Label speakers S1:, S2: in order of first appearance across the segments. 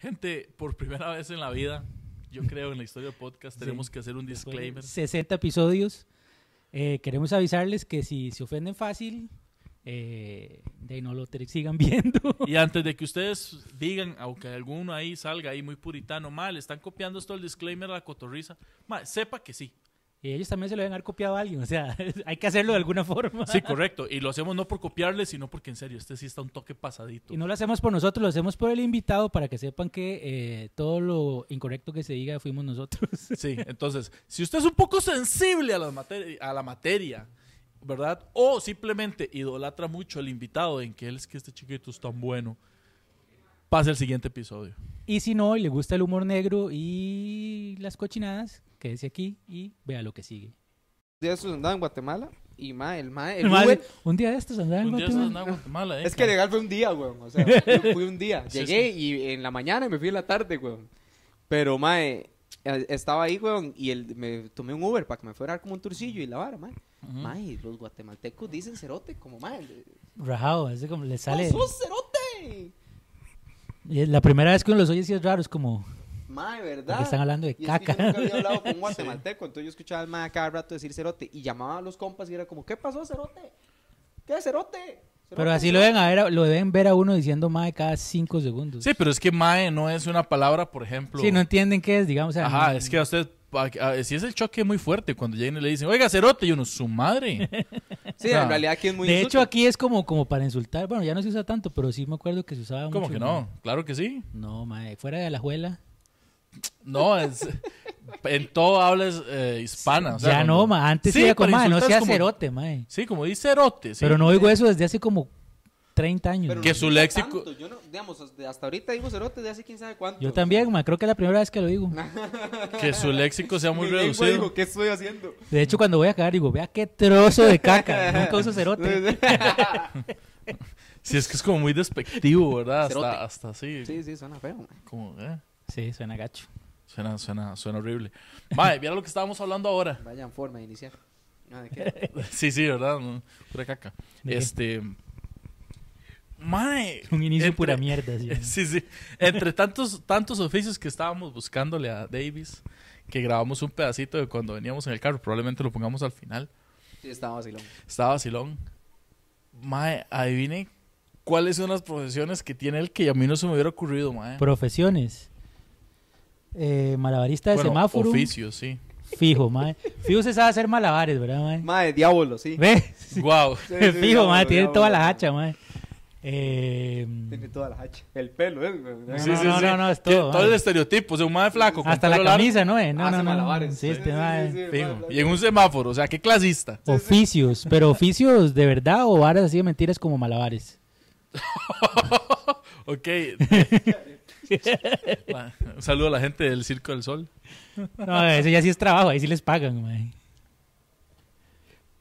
S1: Gente, por primera vez en la vida, yo creo en la historia del podcast, tenemos que hacer un
S2: Después de
S1: disclaimer.
S2: 60 episodios. eh, queremos avisarles que si se ofenden fácil, eh, de ahí no lo te- sigan viendo.
S1: Y antes de que ustedes digan, aunque alguno ahí salga ahí muy puritano, mal, están copiando esto el disclaimer a la cotorriza, ma, sepa que sí.
S2: y ellos también se lo deben haber copiado a alguien. O sea, hay que hacerlo de alguna forma.
S1: Sí, correcto. Y lo hacemos no por copiarle, sino porque en serio, este sí está un toque pasadito.
S2: Y no lo hacemos por nosotros, lo hacemos por el invitado para que sepan que eh, todo lo incorrecto que se diga fuimos nosotros.
S1: Sí, entonces, si usted es un poco sensible a la, a la materia, ¿verdad? O simplemente idolatra mucho al invitado en que él es que este chiquito es tan bueno, pasa el siguiente episodio.
S2: Y si no, y le gusta el humor negro y las cochinadas, quédese aquí y vea lo que sigue.
S3: de esos andaba en Guatemala y ma, el ma, el
S2: Madre,
S3: Uber-
S2: un día de estos andaba en
S1: Un día
S2: Guatemala.
S1: estás en Guatemala, ¿eh?
S3: Es que legal fue un día, weón. O sea, yo fui un día.
S1: Sí,
S3: Llegué y en la mañana y me fui en la tarde, weón. Pero, mae, eh, estaba ahí, weón, y el, me tomé un Uber para que me fuera a dar como un turcillo y la vara, mae. Mae, los guatemaltecos dicen cerote como, mae,
S2: Rajado, es como le
S3: ¡No
S2: sale.
S3: sos cerote!
S2: y es La primera vez que uno los oye sí es raro, es como
S3: Mae, ¿verdad?
S2: porque están hablando de
S3: Y es que yo
S2: caca.
S3: nunca había hablado con un guatemalteco, entonces yo escuchaba al mae cada rato decir cerote y llamaba a los compas y era como, ¿qué pasó, cerote? ¿Qué, cerote?
S2: Pero
S3: Cerote,
S2: así lo
S3: cerote".
S2: deben, a ver, lo deben ver a uno diciendo mae cada cinco segundos.
S1: Sí, pero es que Mae no es una palabra, por ejemplo.
S2: Sí, no entienden qué es, digamos. o sea,
S1: Ajá,
S2: no-
S1: es que a usted, si es el choque muy fuerte, cuando lleguen y le dicen, oiga, cerote, y uno, su madre.
S3: Sí,
S1: Ah.
S3: en realidad aquí es muy
S2: de
S3: insulto.
S2: hecho aquí es como, como para insultar. Bueno, ya no se usa tanto, pero sí me acuerdo que se usaba mucho.
S1: ¿Cómo que no? Claro que sí.
S2: No, mae, fuera de la juela.
S1: No, es. En todo hablas eh, hispana. o sea,
S2: ya no,
S1: cuando-
S2: mae, antes
S1: Sí,
S2: era como,
S1: pero
S2: mae, no
S1: insultas
S2: sea
S1: como-
S2: cerote, mae.
S1: Sí, como dice cerote. sí.
S2: Pero no oigo eso desde hace como 30 años.
S3: Pero
S2: mae.
S1: Que
S3: no
S1: su
S3: digo
S1: léxico-
S3: tanto, Yo no, digamos, hasta hasta ahorita digo cerote de hace quién sabe cuánto.
S2: Yo también, mae, creo que es la primera vez que lo digo.
S1: Que su léxico sea muy
S3: Mi lengua
S1: reducido.
S3: dijo, ¿qué estoy haciendo?
S2: De hecho, cuando voy a cagar digo, vea qué trozo de caca. Nunca uso cerote.
S1: Sí, es que es como muy despectivo, ¿verdad?
S3: Cerote.
S1: Hasta, hasta así.
S3: sí, sí, suena feo. man.
S1: Como, eh,
S2: Sí, suena gacho.
S1: Suena, suena, suena horrible. Mae, mira lo que estábamos hablando ahora.
S3: Vayan forma de iniciar. Ah, ¿de qué?
S1: Sí, sí, ¿verdad? No, Pura caca.
S2: ¿De qué?
S1: Este. Mae.
S2: Un inicio
S1: entre-
S2: pura mierda. sí, mae.
S1: Sí, sí. Entre tantos, tantos oficios que estábamos buscándole a Davis, que grabamos un pedacito de cuando veníamos en el carro, probablemente lo pongamos al final.
S3: Sí, estaba vacilón.
S1: Estaba vacilón. Mae, adivine cuáles son las profesiones que tiene él que a mí no se me hubiera ocurrido, mae.
S2: Profesiones. Eh, malabarista de
S1: Bueno,
S2: semáforo.
S1: Oficio, sí.
S2: Fijo, mae. Fijo se sabe hacer malabares, ¿verdad, mae?
S3: Madre, diablo, sí.
S2: ¿Ve?
S1: Wow.
S3: Sí, sí,
S2: Fijo,
S3: diablo,
S2: mae. Tiene
S3: diablo.
S2: toda la hacha, mae. Eh,
S3: Tiene toda la hacha. El pelo, ¿eh? güey?
S2: Sí, no, no, no, no, es todo,
S1: Todo el
S2: mae.
S1: estereotipo, o sea, un mae flaco. con
S2: hasta la
S1: pelo largo,
S2: camisa, ¿no? Eh, No,
S3: Hace
S2: no, no, no.
S3: malabares.
S2: Sí, este, mae.
S3: sí,
S1: fijo,
S3: madre,
S1: Y en un semáforo, o sea, qué clasista.
S2: Oficios, pero oficios de verdad o varas así de mentiras como malabares.
S1: Ok. Mae, un saludo a la gente del Circo del Sol.
S2: No, eso ya sí es trabajo, ahí sí les pagan, mae.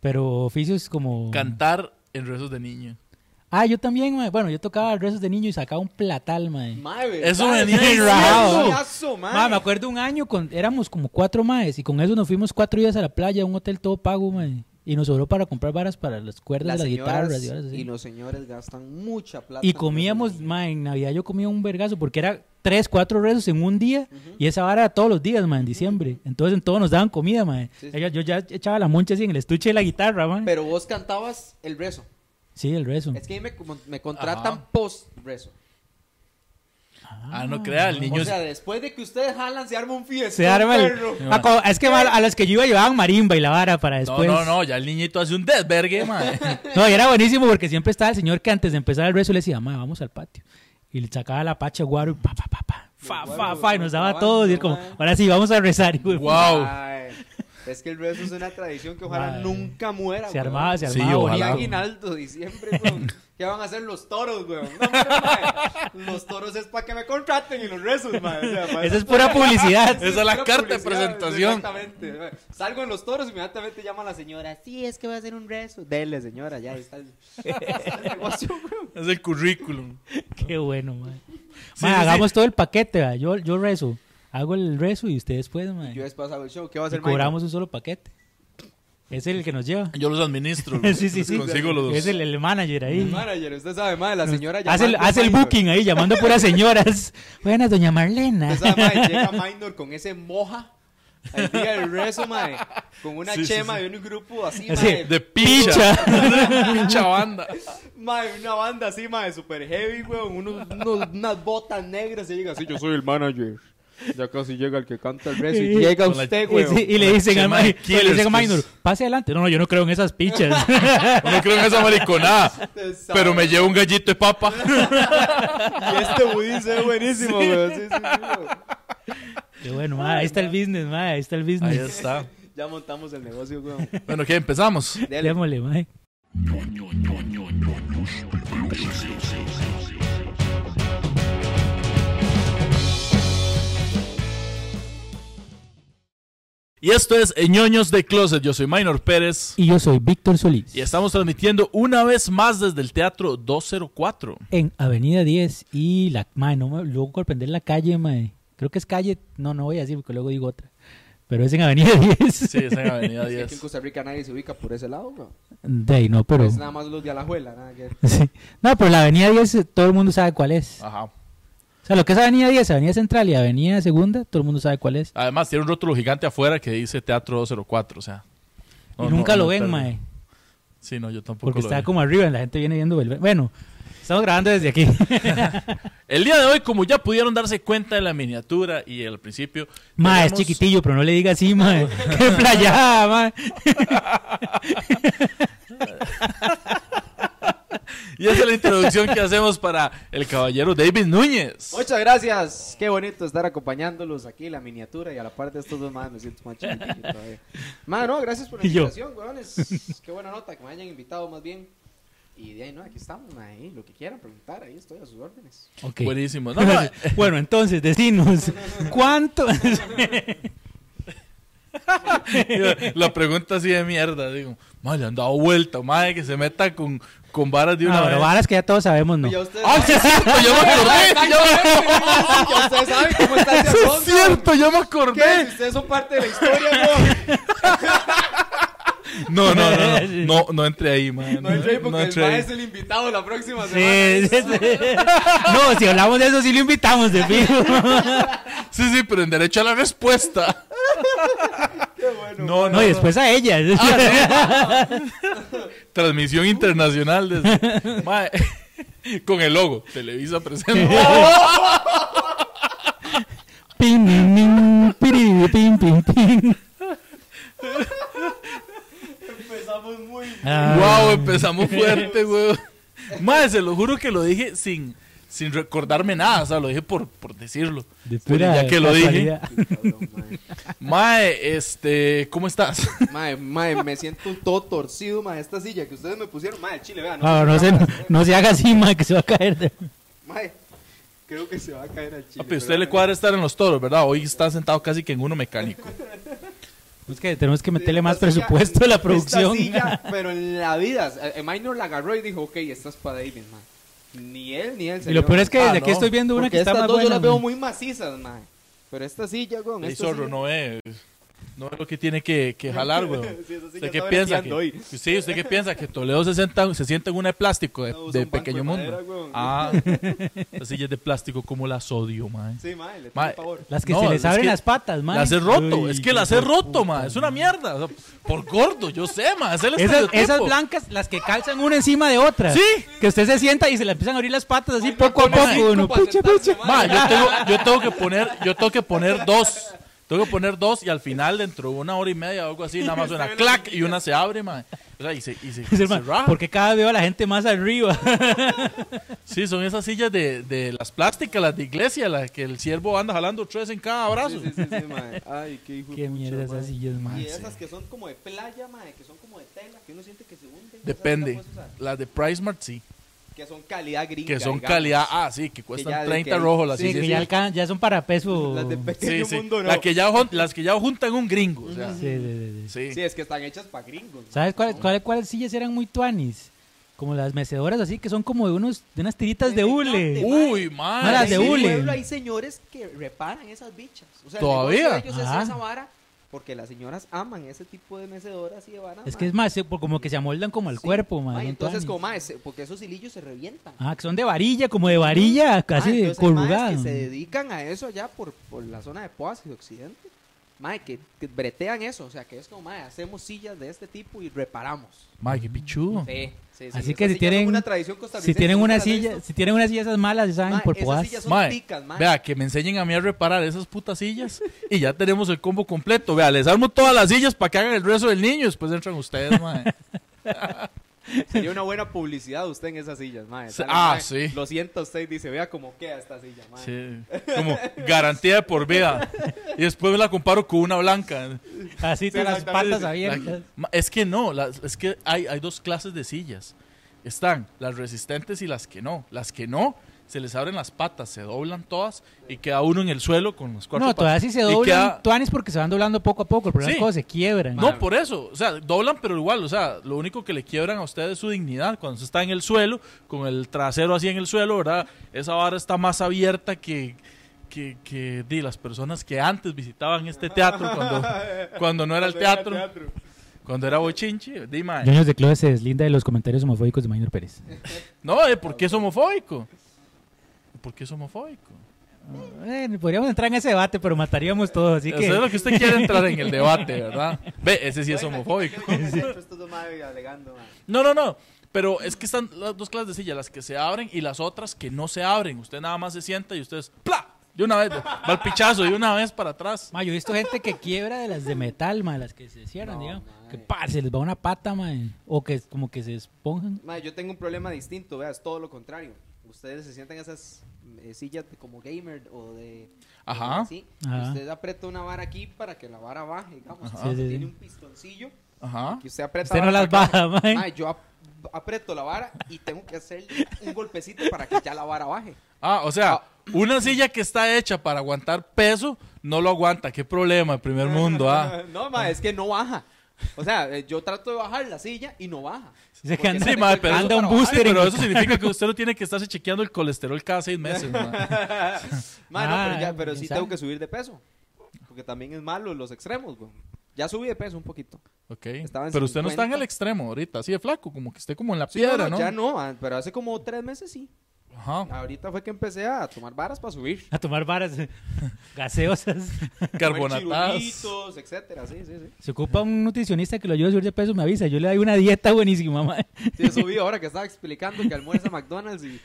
S2: Pero oficios como...
S1: Cantar en rezos de niño.
S2: Ah, yo también, mae. Bueno, yo tocaba rezos de niño y sacaba un platal, mae.
S3: Madre,
S1: Eso
S3: ¿verdad?
S1: venía
S3: Sí,
S1: en
S3: un
S2: rajado.
S3: payaso, madre.
S2: Ma, me acuerdo un año, con, éramos como cuatro maes y con eso nos fuimos cuatro días a la playa, a un hotel todo pago, mae. Y nos sobró para comprar varas para las cuerdas
S3: Las
S2: de las
S3: señoras
S2: guitarras y varas así.
S3: y los señores gastan mucha plata.
S2: Y
S3: en
S2: comíamos,
S3: eso.
S2: mae, en Navidad yo comía un vergazo porque era tres, cuatro rezos en un día y esa vara era todos los días, mae, en diciembre. Entonces en todos nos daban comida, mae.
S3: Sí, sí.
S2: Ella- Yo, ya echaba la moncha así en el estuche de la guitarra, mae.
S3: Pero vos cantabas el rezo.
S2: sí, el rezo.
S3: Es que a mí me, como- me contratan
S1: Ajá.
S3: post rezo.
S1: Ah, no crea, el niño.
S3: O sea, después de que ustedes jalan, se arma un fiesta.
S2: Se arma el-
S3: perro.
S2: Ah, co- Es que ma, a los que yo iba llevaban marimba y la vara para
S1: No,
S2: después.
S1: no, no, ya el niñito hace un desvergue, mae.
S2: No, y era buenísimo porque siempre estaba el señor que antes de empezar el rezo le decía, ma, vamos al patio. Y le sacaba la pacha guaro y pa, pa, pa, pa. Fa,
S3: Guaro,
S2: fa, fa, y nos daba a
S3: guaro,
S2: todos. Y él como,
S3: guaro, ma.
S2: ahora sí, vamos a rezar. Y, güey,
S1: Wow.
S3: Ay, es que el rezo es una tradición que ojalá
S2: Madre.
S3: nunca muera.
S2: se
S3: weón.
S2: armaba, se
S1: Sí,
S2: armaba
S3: Y
S1: ojalá.
S2: bonito.
S3: aguinaldo, diciembre, weón. ¿Qué van a hacer los toros, weón? No, hombre, mae. los toros es para que me contraten y los rezos, mae. O sea, mae,
S2: Esa es pura publicidad.
S1: Esa es la
S3: pura
S1: carta de
S3: publicidad,
S1: presentación.
S3: Exactamente. mae. Salgo en los toros y inmediatamente llama a la señora. Sí, es que voy a hacer un rezo. Dele, señora, ya ahí está el, está el negocio, weón.
S1: Es el currículum.
S2: Qué bueno, man.
S1: Sí,
S2: Ma,
S1: sí, sí.
S2: hagamos todo el paquete, va. Yo, yo rezo. Hago el rezo y ustedes pueden, man.
S3: Yo después hago el show. ¿Qué va
S2: Y
S3: a hacer, Michael?
S2: cobramos un solo paquete. Es el que nos lleva.
S1: Yo los administro.
S2: Sí, sí,
S1: los
S2: sí.
S1: Consigo los
S2: Es el, el manager ahí.
S3: Manager, usted sabe, mae, la señora
S2: Hace el,
S3: llamando,
S2: hace el
S3: mae,
S2: booking ahí, llamando puras señoras. Buenas, doña Marlena.
S3: Usted sabe, mae, llega Mindor con ese moja. Ahí diga el rezo, mae. Con una
S1: Sí, sí,
S3: chema
S1: sí.
S3: de un grupo así,
S2: Así,
S3: mae.
S1: De picha. picha banda.
S3: Mae, una banda así, mae, super heavy, weón. Unos, unos- unas botas negras y llega así, yo soy el manager. Ya casi llega el que canta el rezo y
S2: Sí.
S3: llega
S1: Con la-
S3: usted,
S2: Y,
S3: weón.
S2: sí, y le dicen
S1: Che,
S2: a
S1: mae,
S2: Minor, le
S1: killers,
S2: dicen a
S1: pues.
S2: Minor, pase adelante. No, no, yo no creo en esas pichas.
S1: No creo en esa mariconada.
S3: Usted sabe.
S1: Pero me llevo un gallito de papa.
S3: Y este budín se ve buenísimo, weón. Sí, sí, sí, weón.
S2: Qué bueno, mae, ahí está el business, mae, ahí está el
S1: Ahí
S2: business.
S1: está.
S3: Ya montamos el negocio, weón.
S1: Bueno, ¿qué? Empezamos.
S3: Dele.
S2: Démosle, mae.
S1: Y esto es Ñoños de Closet. Yo soy Minor Pérez.
S2: Y yo soy Víctor Solís.
S1: Y estamos transmitiendo una vez más desde el Teatro 204.
S2: En Avenida 10 y la... Mae, no me luego comprender la calle, mae. Creo que es calle... No, no voy a decir porque luego digo otra. Pero es en Avenida 10.
S1: Sí, es en Avenida
S3: Es que aquí en
S1: 10.
S3: Costa Rica nadie se ubica por ese lado, weón.
S2: De ahí, no, pero...
S3: Es nada más los de Alajuela, nada que ver.
S2: Sí. No, pero la Avenida 10 todo el mundo sabe cuál es.
S1: Ajá.
S2: O sea, lo que es Avenida 10, Avenida Central y Avenida Segunda, todo el mundo sabe cuál es.
S1: Además, tiene un rótulo gigante afuera que dice Teatro 204. O sea. no,
S2: y
S1: no,
S2: nunca
S1: no
S2: lo ven,
S1: tarda.
S2: mae.
S1: Sí, no, yo tampoco
S2: Porque
S1: lo
S2: está
S1: veo.
S2: como arriba, la gente viene viendo... el- Bueno, estamos grabando desde aquí.
S1: El día de hoy, como ya pudieron darse cuenta de la miniatura y al principio.
S2: Mae, es
S1: tenemos-
S2: chiquitillo, pero no le diga así, mae. Qué playada, mae.
S1: Y esa es la introducción que hacemos para el caballero David Núñez.
S3: Muchas gracias. Qué bonito estar acompañándolos aquí, la miniatura y a la parte de estos dos más me siento más chiquitillo todavía. Mano, no, gracias por la
S2: Y yo.
S3: invitación, weones. Qué buena nota que me hayan invitado más bien. Y de ahí, no, aquí estamos, ma, ahí, lo que quieran preguntar, ahí estoy a sus órdenes.
S2: Ok.
S1: Buenísimo. No, no,
S2: bueno, entonces, decinos, ¿cuánto?
S1: la pregunta así de mierda. Digo, madre, le han dado vuelta, madre, que se meta con, con varas de una
S2: No, pero
S1: vez.
S2: Ah, varas que ya todos sabemos, no.
S3: Y a Pues ustedes,
S1: ¡Ah, sí es cierto! ¡Yo me acordé! ¡Ya me-
S3: Ya ustedes saben cómo está ese
S1: ¡Eso es
S3: asunto.
S1: cierto! ¡Yo me
S3: ¿Qué? Si
S1: acordé!
S3: ustedes son parte de la historia, weón.
S1: No, no, no, no. No, no entré ahí, madre.
S3: No hay rey porque el
S1: entré
S3: ma
S1: ahí.
S3: es el invitado la próxima
S2: Sí,
S3: semana.
S2: sí, sí. No, si hablamos de eso, sí lo invitamos, de fijo.
S1: Sí, sí, pero en derecho a la respuesta.
S3: Qué bueno.
S1: No, no.
S2: No, y después a ella.
S1: Ah, Transmisión internacional desde. Mae, Con el logo. Televisa presente.
S2: Pin, pin, pin, piriri, pin, pin, pin.
S3: Empezamos muy bien.
S2: Ah,
S1: Wow, empezamos fuerte, weón. Madre, se lo juro que lo dije sin, sin recordarme nada, o sea, lo dije por, por decirlo.
S2: de
S1: Pero
S2: pura
S1: ya que lo dije.
S2: casualidad.
S3: Cabrón, ma.
S1: Mae, este, ¿cómo estás?
S3: Mae, mae, me siento un todo torcido, mae, esta silla que ustedes me pusieron, mae, el chile, vean.
S2: No, no se, no se haga así, mae, que se va a caer. de-
S3: Mae, creo que se va a caer al
S2: Ah,
S3: chile.
S1: Papi, usted
S3: pero-
S1: le cuadra estar en los toros, ¿verdad? Hoy está sentado casi que en uno mecánico.
S2: Es que tenemos que meterle
S3: Esta
S2: más
S3: silla-
S2: presupuesto a la
S3: esta
S2: producción.
S3: silla, pero en la vida, eh, Minor la agarró y dijo, ok, esta es para David, mae. Ni él, ni él.
S2: Y lo peor es que
S1: Ah,
S2: desde aquí
S1: no,
S2: estoy viendo una que está
S3: estas
S2: más
S3: dos yo
S2: buena.
S3: las veo
S2: mae.
S3: muy macizas, mae. Pero esta silla, weón,
S1: El
S3: esta
S1: zorro
S3: silla-
S1: no es, no es lo que tiene que, que jalar, weón.
S3: Sí, esa silla
S1: ¿Usted qué
S3: está
S1: piensa?
S3: breteando
S1: Que, sí, ¿usted qué piensa? Que Toledo se sienta, se sienta en una de plástico de,
S3: No, usa
S1: de
S3: un banco
S1: pequeño
S3: de
S1: mundo.
S3: madera, weón.
S1: ah, la silla es de plástico como las odio, mae.
S3: Sí, mae, le
S1: Mae,
S3: tiene favor.
S2: Las que
S1: No,
S2: se
S1: es
S2: les abren
S1: que
S2: las patas, mae.
S1: Las he roto,
S2: Uy,
S1: es que las he roto, ma. Es una mierda. o sea, por gordo, yo sé, ma. Es el
S2: Esas,
S1: estereotipo.
S2: esas blancas, las que calzan una encima de otra.
S1: Sí.
S2: Que usted se sienta y se le empiezan a abrir las patas así
S3: Ay, no,
S2: poco a
S3: con el
S2: poco.
S3: cinco
S2: uno,
S3: para
S2: pucha,
S3: sentarse,
S2: pucha.
S1: Ma, yo tengo, yo tengo que poner, yo tengo que poner dos. Tengo que poner dos y al final, dentro de una hora y media o algo así, nada más una clac y una se abre, ma. O sea, y se, y se,
S2: Dice,
S1: se
S2: "Ma,
S1: raja.
S2: Porque cada vez veo a la gente más arriba.
S1: Sí, son esas sillas de, de las plásticas, las de iglesia, las que el siervo anda jalando tres en cada brazo.
S3: Sí, sí, sí, sí, mae. Ay, qué hijo de
S2: Qué
S3: pucha,
S2: mierda
S3: mae.
S2: esas sillas, mae.
S3: Y esas que son como de playa, mae, que son como de tela, que uno siente que se hunden.
S1: Depende.
S3: esas no puedes usar.
S1: Las de PriceMart, sí.
S3: Que son calidad gringa.
S1: Que son
S3: digamos.
S1: calidad. Ah, sí, que cuestan
S3: ya-
S1: 30
S3: que-
S1: rojos las
S3: sí,
S2: Sí,
S1: sillas.
S2: que
S1: sí.
S2: ya, alcan- ya son para peso.
S3: Las de
S1: Sí,
S3: pequeño
S1: sí.
S3: mundo, no.
S1: La que ya, jun- las que ya juntan un gringo. O sea,
S2: Sí, sí, sí, sí.
S1: sí.
S3: Sí, es que están hechas para gringos. mae.
S2: ¿Sabes cuál- cuál- cuáles sillas eran muy tuanis? Como las mecedoras así, que son como de, unos, de unas tiritas
S3: Eh,
S2: de hule.
S3: Exactamente.
S1: Uy,
S2: No,
S1: madre.
S2: las de
S3: En mi
S2: hule.
S3: pueblo hay señores que reparan esas bichas. O sea, el
S1: ¿Todavía?
S3: negocio de ellos es
S2: Ajá.
S3: esa vara Porque las señoras aman ese tipo de mecedoras y de varas.
S2: Es que es más, eh, por- como que se amoldan como al
S3: Sí.
S2: cuerpo, mae.
S3: Mae,
S2: no
S3: entonces,
S2: tuanis.
S3: como mae, se- porque esos hilillos se revientan.
S2: Ah, que son de varilla, como de varilla,
S3: Mae,
S2: casi de
S3: Ah, entonces hay maes
S2: corrugada.
S3: que se
S2: mae.
S3: dedican a eso allá por, por la zona de Poas y de Occidente. Mae, que, que bretean eso. O sea, que es como, mae, hacemos sillas de este tipo y reparamos.
S1: Mae, qué pichudo.
S3: Sí, sí, sí.
S2: Así que
S3: Esas
S2: si
S3: sillas son
S2: tienen-
S3: una tradición costarricense,
S2: Si tienen
S3: nunca
S2: una
S3: las he
S2: silla,
S3: visto.
S2: si tienen una silla esas malas, ya saben
S3: Mae,
S2: por
S3: esas
S2: podas.
S3: sillas son
S1: Mae,
S3: ticas, mae.
S1: vea, que me enseñen a mí a reparar esas putas sillas y ya tenemos el combo completo. Vea, les armo todas las sillas para que hagan el resto del niño y después entran ustedes, mae.
S3: Sería una buena publicidad usted en esas sillas, mae.
S1: Sí,
S3: Sale,
S1: ah,
S3: mae,
S1: sí.
S3: Lo siento, usted dice, vea cómo queda esta silla, mae.
S1: Sí, como garantía de por vida. Y después la comparo con una blanca.
S2: Así con las
S3: exactamente.
S2: patas abiertas.
S1: Ma- Es que no, las- es que hay, hay dos clases de sillas. Están las resistentes y las que no. Las que no, se les abren las patas, se doblan todas y queda uno en el suelo con las cuatro
S2: No, todavía
S1: patas.
S2: sí se
S1: Y
S2: doblan
S1: queda-
S2: tuanis porque se van doblando poco a poco. El problema es
S1: Sí.
S2: cuando se quiebran.
S1: No, por eso. O sea, doblan, pero igual. O sea, lo único que le quiebran a ustedes es su dignidad. Cuando se está en el suelo, con el trasero así en el suelo, ¿verdad? Esa vara está más abierta que, que, que di, las personas que antes visitaban este teatro cuando, cuando no era el teatro, cuando era Bochinche. Di, mae.
S2: Juniors de Club se deslinda de los comentarios homofóbicos de Maynor Pérez.
S1: No, eh, ¿por qué es homofóbico? ¿Por qué es homofóbico?
S2: Eh, Bueno, podríamos entrar en ese debate, pero mataríamos todos, así
S1: Eso es
S2: que...
S1: lo que usted quiere entrar en el debate, ¿verdad? Ve, ese sí es homofóbico. No, no, no. Pero es que están las dos clases de silla, las que se abren y las otras que no se abren. Usted nada más se sienta y ustedes, ¡pla! De una vez, va al pichazo, de una vez para atrás.
S2: Ma, yo he visto gente que quiebra de las de metal, ma, las que se cierran,
S3: No,
S2: digamos.
S3: mae.
S2: Que pa, se les va una pata, ma, o que como que se esponjan.
S3: Mae, yo tengo un problema distinto, vea, es todo lo contrario. Ustedes se sientan en esas eh, sillas de- como gamer o de...
S1: Ajá.
S3: Así.
S2: Ajá.
S3: Usted aprieta una vara aquí para que la vara baje, digamos.
S1: Ajá.
S2: Sí, sí, sí.
S3: Tiene un pistoncillo
S1: Ajá.
S3: que usted aprieta...
S2: Usted no
S3: vara
S2: las
S3: para acá.
S2: baja, ma.
S3: Mae, yo ap- aprieto la vara y tengo que hacer un golpecito para que ya la vara baje.
S1: Ah, o sea, una silla que está hecha para aguantar peso no lo aguanta. Qué problema, el primer mundo, ah.
S3: No, ma, es que no baja. O sea, eh, yo trato de bajar la silla y no baja.
S2: Dice que
S3: Porque
S2: anda-
S1: Sí, mae, pero
S2: anda
S1: eso-
S2: un booster
S1: Pero
S2: en
S1: eso significa que usted no tiene que estarse chequeando el colesterol cada seis meses, mae.
S3: Ma, no,
S2: Ah,
S3: pero, ya, pero sí
S2: ¿sabe?
S3: tengo que subir de peso. Porque también es malo los extremos, güey. Ya subí de peso un poquito.
S1: Ok.
S3: Estaba en
S1: Pero usted no está en
S3: 50.
S1: el extremo ahorita, así de flaco, como que esté como en la
S3: Sí,
S1: piedra,
S3: no, no,
S1: ¿no?
S3: Ya no, ah, pero hace como tres meses sí.
S1: Ajá.
S3: Ahorita fue que empecé a tomar varas para subir.
S2: a tomar varas eh, gaseosas.
S3: Comer
S1: Carbonatadas.
S3: chiruritos, etcétera, sí, sí, sí.
S2: Se ocupa un nutricionista que lo ayude a subir de peso, me avisa. Yo le doy una dieta buenísima, ma.
S3: Sí, eso vi ahora que estaba explicando que almuerza McDonald's y,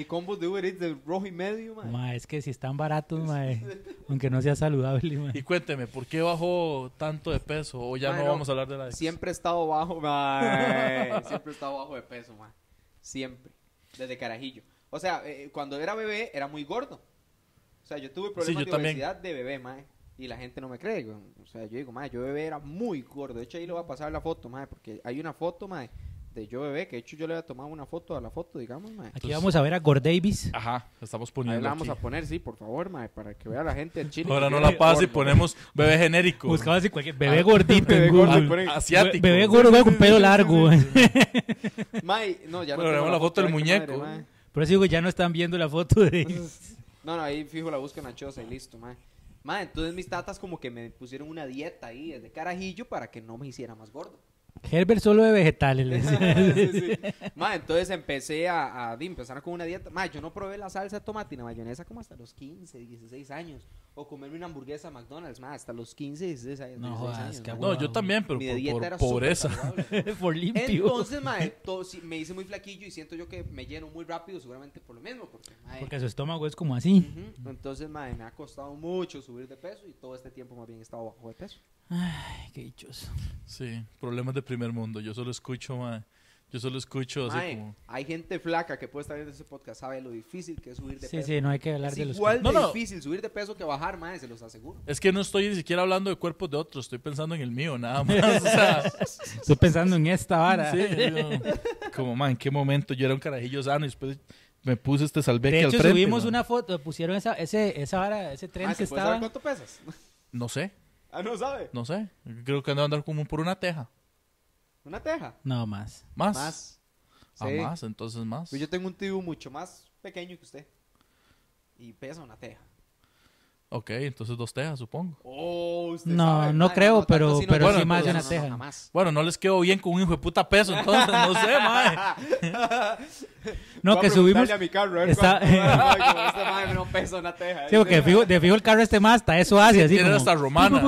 S3: y combos de Uber Eats de rojo y medio, man.
S2: Ma, es que si están baratos, ma, eh, aunque no sea saludable, ma.
S1: Y cuénteme, ¿por qué bajó tanto de peso? O ya
S3: Mae,
S1: no
S3: no.
S1: vamos a hablar de la ex?
S3: Siempre he estado bajo, mae. Siempre he estado bajo de peso, mae. Siempre. Desde carajillo. O sea, eh, cuando era bebé era muy gordo. O sea, yo tuve problemas
S1: yo
S3: de
S1: también.
S3: obesidad de bebé, mae. Y la gente no me cree, güey. O sea, yo digo, mae, yo bebé era muy gordo. De hecho, ahí le voy a pasar la foto, mae. Porque hay una foto, mae, de yo bebé. Que de hecho yo le voy a tomar una foto a la foto, digamos, mae.
S2: Aquí vamos a ver a Gord
S3: Ah,
S2: Davis.
S1: Ajá, la estamos
S3: Ahí
S1: poniendo
S3: la vamos
S1: aquí.
S3: a poner, sí, por favor, mae. Para que vea la gente en Chile.
S1: Ahora
S3: que
S1: no
S3: yo
S1: la
S3: era
S1: pasa y
S3: gordo.
S1: ponemos bebé genérico.
S2: Buscaba así cualquier bebé
S1: Ah,
S2: gordito.
S3: bebé
S2: en
S3: gordo,
S2: Google.
S3: ponen-
S1: Asiático.
S2: Bebé gordo güey, con pelo largo.
S3: Mae, no, ya
S1: Bueno,
S3: no tengo
S1: ponemos la foto del
S3: ay, qué
S1: muñeco.
S3: mae.
S2: Por eso digo, ya no están viendo la foto de...
S3: No, no, ahí fijo la buscan a Chosa y listo, mae. Mae, entonces mis tatas como que me pusieron una dieta ahí desde carajillo para que no me hiciera más gordo.
S2: Herbert solo de vegetales. le
S3: Sí,
S2: decía.
S3: sí. Mae, entonces empecé a, a di, empezar con una dieta. Mae, yo no probé la salsa de tomate y la mayonesa como hasta los 15, 16 años. O comerme una hamburguesa a McDonald's, mae, hasta los 15, 16, años,
S2: No
S3: 16
S2: jodas,
S3: años.
S2: qué
S3: mae.
S1: No, yo también, pero
S3: Mi
S1: por,
S3: dieta
S1: por
S3: era súper
S1: pobreza.
S3: saludable.
S2: Por limpio.
S3: Entonces, mae, to- sí, me hice muy flaquillo y siento yo que me lleno muy rápido, seguramente por lo mismo. Porque, mae,
S2: Porque su estómago es como así.
S3: Ujú. Entonces, madre, me ha costado mucho subir de peso y todo este tiempo más bien he estado bajo de peso.
S2: Ay, qué dichoso.
S1: Sí, problemas de primer mundo. Yo solo escucho, mae. Yo solo escucho así
S3: Mae,
S1: como...
S3: Hay gente flaca que puede estar viendo este podcast, sabe lo difícil que es subir de
S2: Sí,
S3: peso.
S2: sí, no hay que hablar
S3: es
S2: de los...
S3: igual
S1: No,
S3: de
S1: no.
S3: difícil subir de peso que bajar, madre, se los aseguro.
S1: Es que no estoy ni siquiera hablando de cuerpos de otros, estoy pensando en el mío, nada más. O sea,
S2: Estoy pensando en esta vara.
S1: sí, yo- como, man, ¿en qué momento? Yo era un carajillo sano y después me puse este salveque
S2: De
S1: al
S2: hecho,
S1: frente.
S2: subimos
S1: mae.
S2: una foto, pusieron esa, ese, esa vara, ese tren
S3: Mae,
S2: que
S3: Ah, ¿se puede saber
S2: estaba...
S3: cuánto pesas?
S1: No sé,
S3: ah, no sabe.
S1: no sé. Creo que ando a andar como por una teja.
S3: Una teja.
S2: No, más.
S1: Más.
S3: Más.
S1: Ah,
S3: Sí.
S1: más, entonces más.
S3: Pues yo tengo un tío mucho más pequeño que usted. Y pesa una teja.
S1: Ok, entonces dos tejas, supongo.
S3: Oh, usted
S2: No,
S3: sabe,
S2: no
S3: mae,
S2: creo,
S3: tanto
S2: pero-
S3: así
S2: pero
S1: sí
S3: tanto,
S1: más de
S2: una
S3: no,
S2: teja.
S3: jamás.
S1: Bueno, no les quedó bien con un hijo de puta peso, entonces no sé, mae.
S2: No,
S3: Voy a
S2: que subimos.
S3: preguntarle a mi carro, a ver
S2: está-
S3: cuánto pesa, mae, como este mae no pesa una teja.
S2: Sí, porque de fijo, de fijo el carro este más está eso hace así.
S1: Tiene
S2: Como,
S1: hasta romana.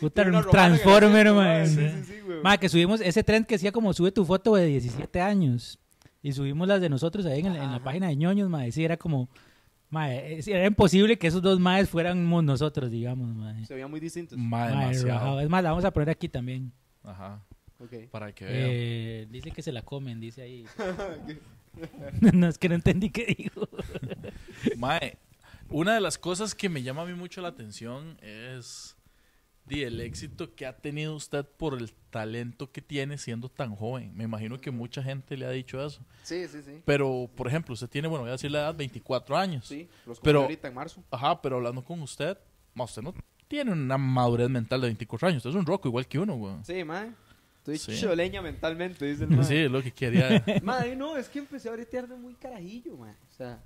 S2: puta,
S3: Tiene una
S2: un
S3: romana en el
S2: transformer,
S3: asiento,
S2: mae.
S3: mae, Ah, sí, sí, sí, güey.
S2: Mae, que subimos ese trend que decía como sube tu foto de 17 años. Y subimos las de nosotros ahí en, el- en la página de ñoños, mae. Sí, era como. Mae, es- era imposible que esos dos maes fuéramos nosotros, digamos, mae.
S3: Se veían muy distintos.
S1: Mae,
S2: Mae,
S1: Ah, demasiado.
S2: rajado. Es más, la vamos a poner aquí también.
S1: Ajá,
S3: Ok.
S1: para que vean.
S2: Eh, dice que se la comen, dice ahí. no, es que no entendí qué dijo.
S1: Mae, una de las cosas que me llama a mí mucho la atención es di, el éxito que ha tenido usted por el talento que tiene siendo tan joven. Me imagino que mucha gente le ha dicho eso.
S3: Sí, sí, sí.
S1: Pero, por ejemplo, usted tiene, bueno, voy a decir la edad, 24 años.
S3: Sí, los compré
S1: Pero-
S3: ahorita en marzo.
S1: Ajá, pero hablando con usted, ma, usted no tiene una madurez mental de 24 años. Usted es un roco igual que uno, weón.
S3: Sí, mae. Estoy
S1: Sí.
S3: choleña mentalmente, dice el mae.
S1: Sí, es lo que quería.
S3: Madre, no, es que empecé a bretear de muy carajillo, man. O sea,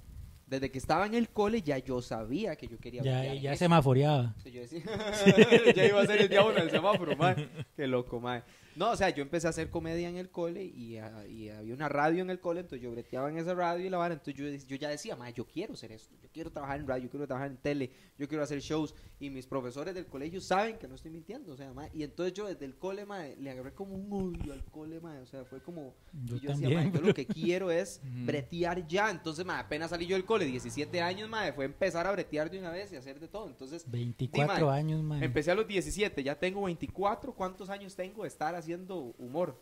S3: desde que estaba en el cole ya yo sabía que yo quería
S2: Ya,
S3: bretear en
S2: ya
S3: eso.
S2: semaforeaba.
S3: O sea, yo decía, ya iba a ser el diablo del semáforo, man. Qué loco, man. No, o sea, yo empecé a hacer comedia en el cole y, ah, y había una radio en el cole, entonces yo breteaba en esa radio y la vara. Entonces yo, de- yo ya decía, man, yo quiero hacer esto, yo quiero trabajar en radio, yo quiero trabajar en tele, yo quiero hacer shows. Y mis profesores del colegio saben que no estoy mintiendo, o sea, man. Y entonces yo desde el cole, man, le agarré como un odio al cole, man. O sea, fue como,
S2: Yo,
S3: y yo decía,
S2: también.
S3: "Mae, yo lo que quiero es
S1: Ujú.
S3: bretear ya. Entonces, mae, apenas salí yo del cole, 17 años, mae, fue empezar a bretear de una vez y hacer de todo. Entonces,
S2: 24
S3: Di, mae,
S2: años, mae.
S3: empecé a los 17, ya tengo 24. ¿Cuántos años tengo de estar haciendo humor?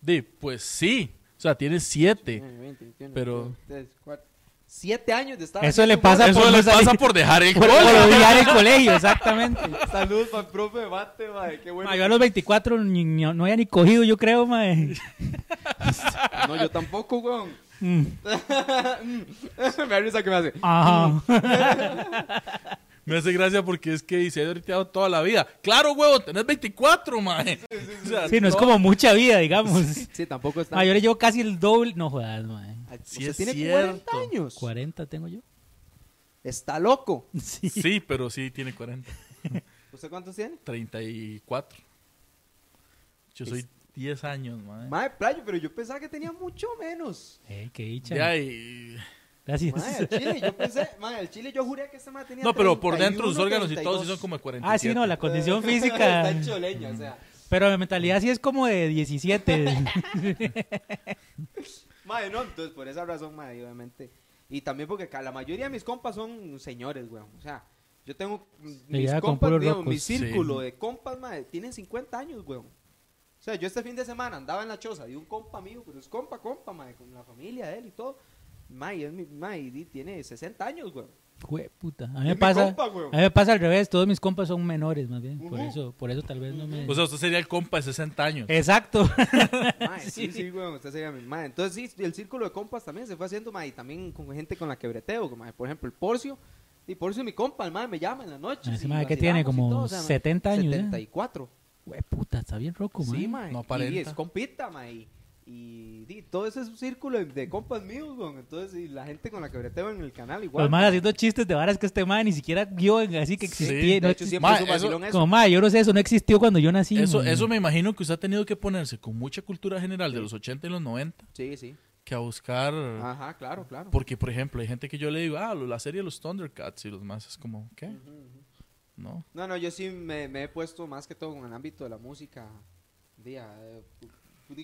S1: Di, pues sí. O sea, tiene 7.
S3: 20, 21,
S1: Pero-
S3: 22, 23, 4, 7 años de estar
S2: Eso le
S3: haciendo humor.
S2: pasa
S1: Eso
S2: por
S1: le
S2: no salir-
S1: pasa por dejar el
S2: Por, por
S1: cole.
S2: odiar el colegio, exactamente.
S3: Saludos para el profe de mate, mae, qué bueno.
S2: Mae, yo a los 24 ni- ni- no había ni cogido, yo creo, mae.
S3: No, yo tampoco, weón.
S2: Mm,
S3: me da risa que me hace.
S2: Ajá.
S1: Me hace gracia porque es que dice, he breteado toda la vida. Claro, huevo, tenés 24, mae. O sea,
S2: Sí, no es
S1: todo-
S2: como mucha vida, digamos.
S3: Sí, tampoco está. Ah,
S2: Mae, yo le llevo casi el doble. No jodas, mae.
S1: Sí es
S3: tiene
S1: cierto.
S3: 40 años.
S2: 40 tengo yo.
S3: Está loco.
S2: Sí.
S1: Sí, pero sí tiene 40.
S3: ¿Usted cuántos tiene?
S1: 34. Yo soy
S3: Es-
S1: 10 años, mae.
S3: Mae, playo, pero yo pensaba que tenía mucho menos.
S2: Eh, qué dicha.
S1: Ya, y-
S2: Gracias.
S3: Mae, al chile, yo pensé, mae, al chile yo juré que esta mae tenía
S1: No, pero por dentro sus
S3: 31,
S1: órganos y todo sí son
S3: 32.
S1: como de 40.
S2: Ah, sí, no, la condición física.
S3: Está choleña, o sea.
S2: Pero mi mentalidad sí es como de 17.
S3: Mae, no, entonces por esa razón, mae, obviamente. Y también porque ca- la mayoría de mis compas son señores, weón. O sea, yo tengo mis
S2: lleva con
S3: compas,
S2: puros
S3: digamos, mi
S2: locos.
S1: Sí.
S3: círculo de compas, mae, tienen 50 años, weón. O sea, yo este fin de semana andaba en la choza de un compa mío, pero es compa, compa, mae, con la familia de él y todo. Mae, es mi, mae, y tiene 60 años, weón.
S2: Jue puta. A mí me
S3: mi
S2: pasa.
S3: compa, weón.
S2: A mí me pasa al revés, todos mis compas son menores, más bien. Por
S3: Ujú.
S2: eso, por eso tal vez no me.
S1: O sea, usted sería el compa de 60 años.
S2: Eh, Exacto.
S3: Mae, sí, sí, weón, usted sería mi mae. Entonces, sí, el círculo de compas también se fue haciendo, mae, y también con gente con la que breteo, mae. Por ejemplo, el Porcio. Y Porcio es mi compa, el mae me llama en la noche.
S2: Ese
S3: y
S2: mae que tiene
S3: vacilamos y
S2: como
S3: todo, o sea, mae,
S2: 70 años, ¿eh?
S3: 74.
S2: Jue puta, está bien roco, man.
S3: Sí, mae.
S1: No
S3: y
S1: aparenta.
S3: es compita, mae. Y, y, di, todo ese es un círculo de, de compas míos, weón. Entonces, y la gente con la que breteo en el canal igual.
S2: Los más haciendo chistes de varas que este man ni siquiera vio así que
S1: Sí,
S2: existía.
S1: de
S2: no
S3: de hecho,
S2: exist-
S3: siempre
S1: Mae,
S3: es un vacilón eso.
S2: Como mae, yo no sé, eso no existió cuando yo nací.
S1: eso,
S2: man.
S1: eso me imagino que usted ha tenido que ponerse con mucha cultura general de los 80 y los 90
S3: Sí, sí.
S1: que a buscar...
S3: Ajá, claro, claro.
S1: Porque, Ah. por ejemplo, hay gente que yo le digo, ah, lo- la serie de los Thundercats y los más es como, ¿qué? No.
S3: No, no, yo sí me, me he puesto más que todo en el ámbito de la música. Día,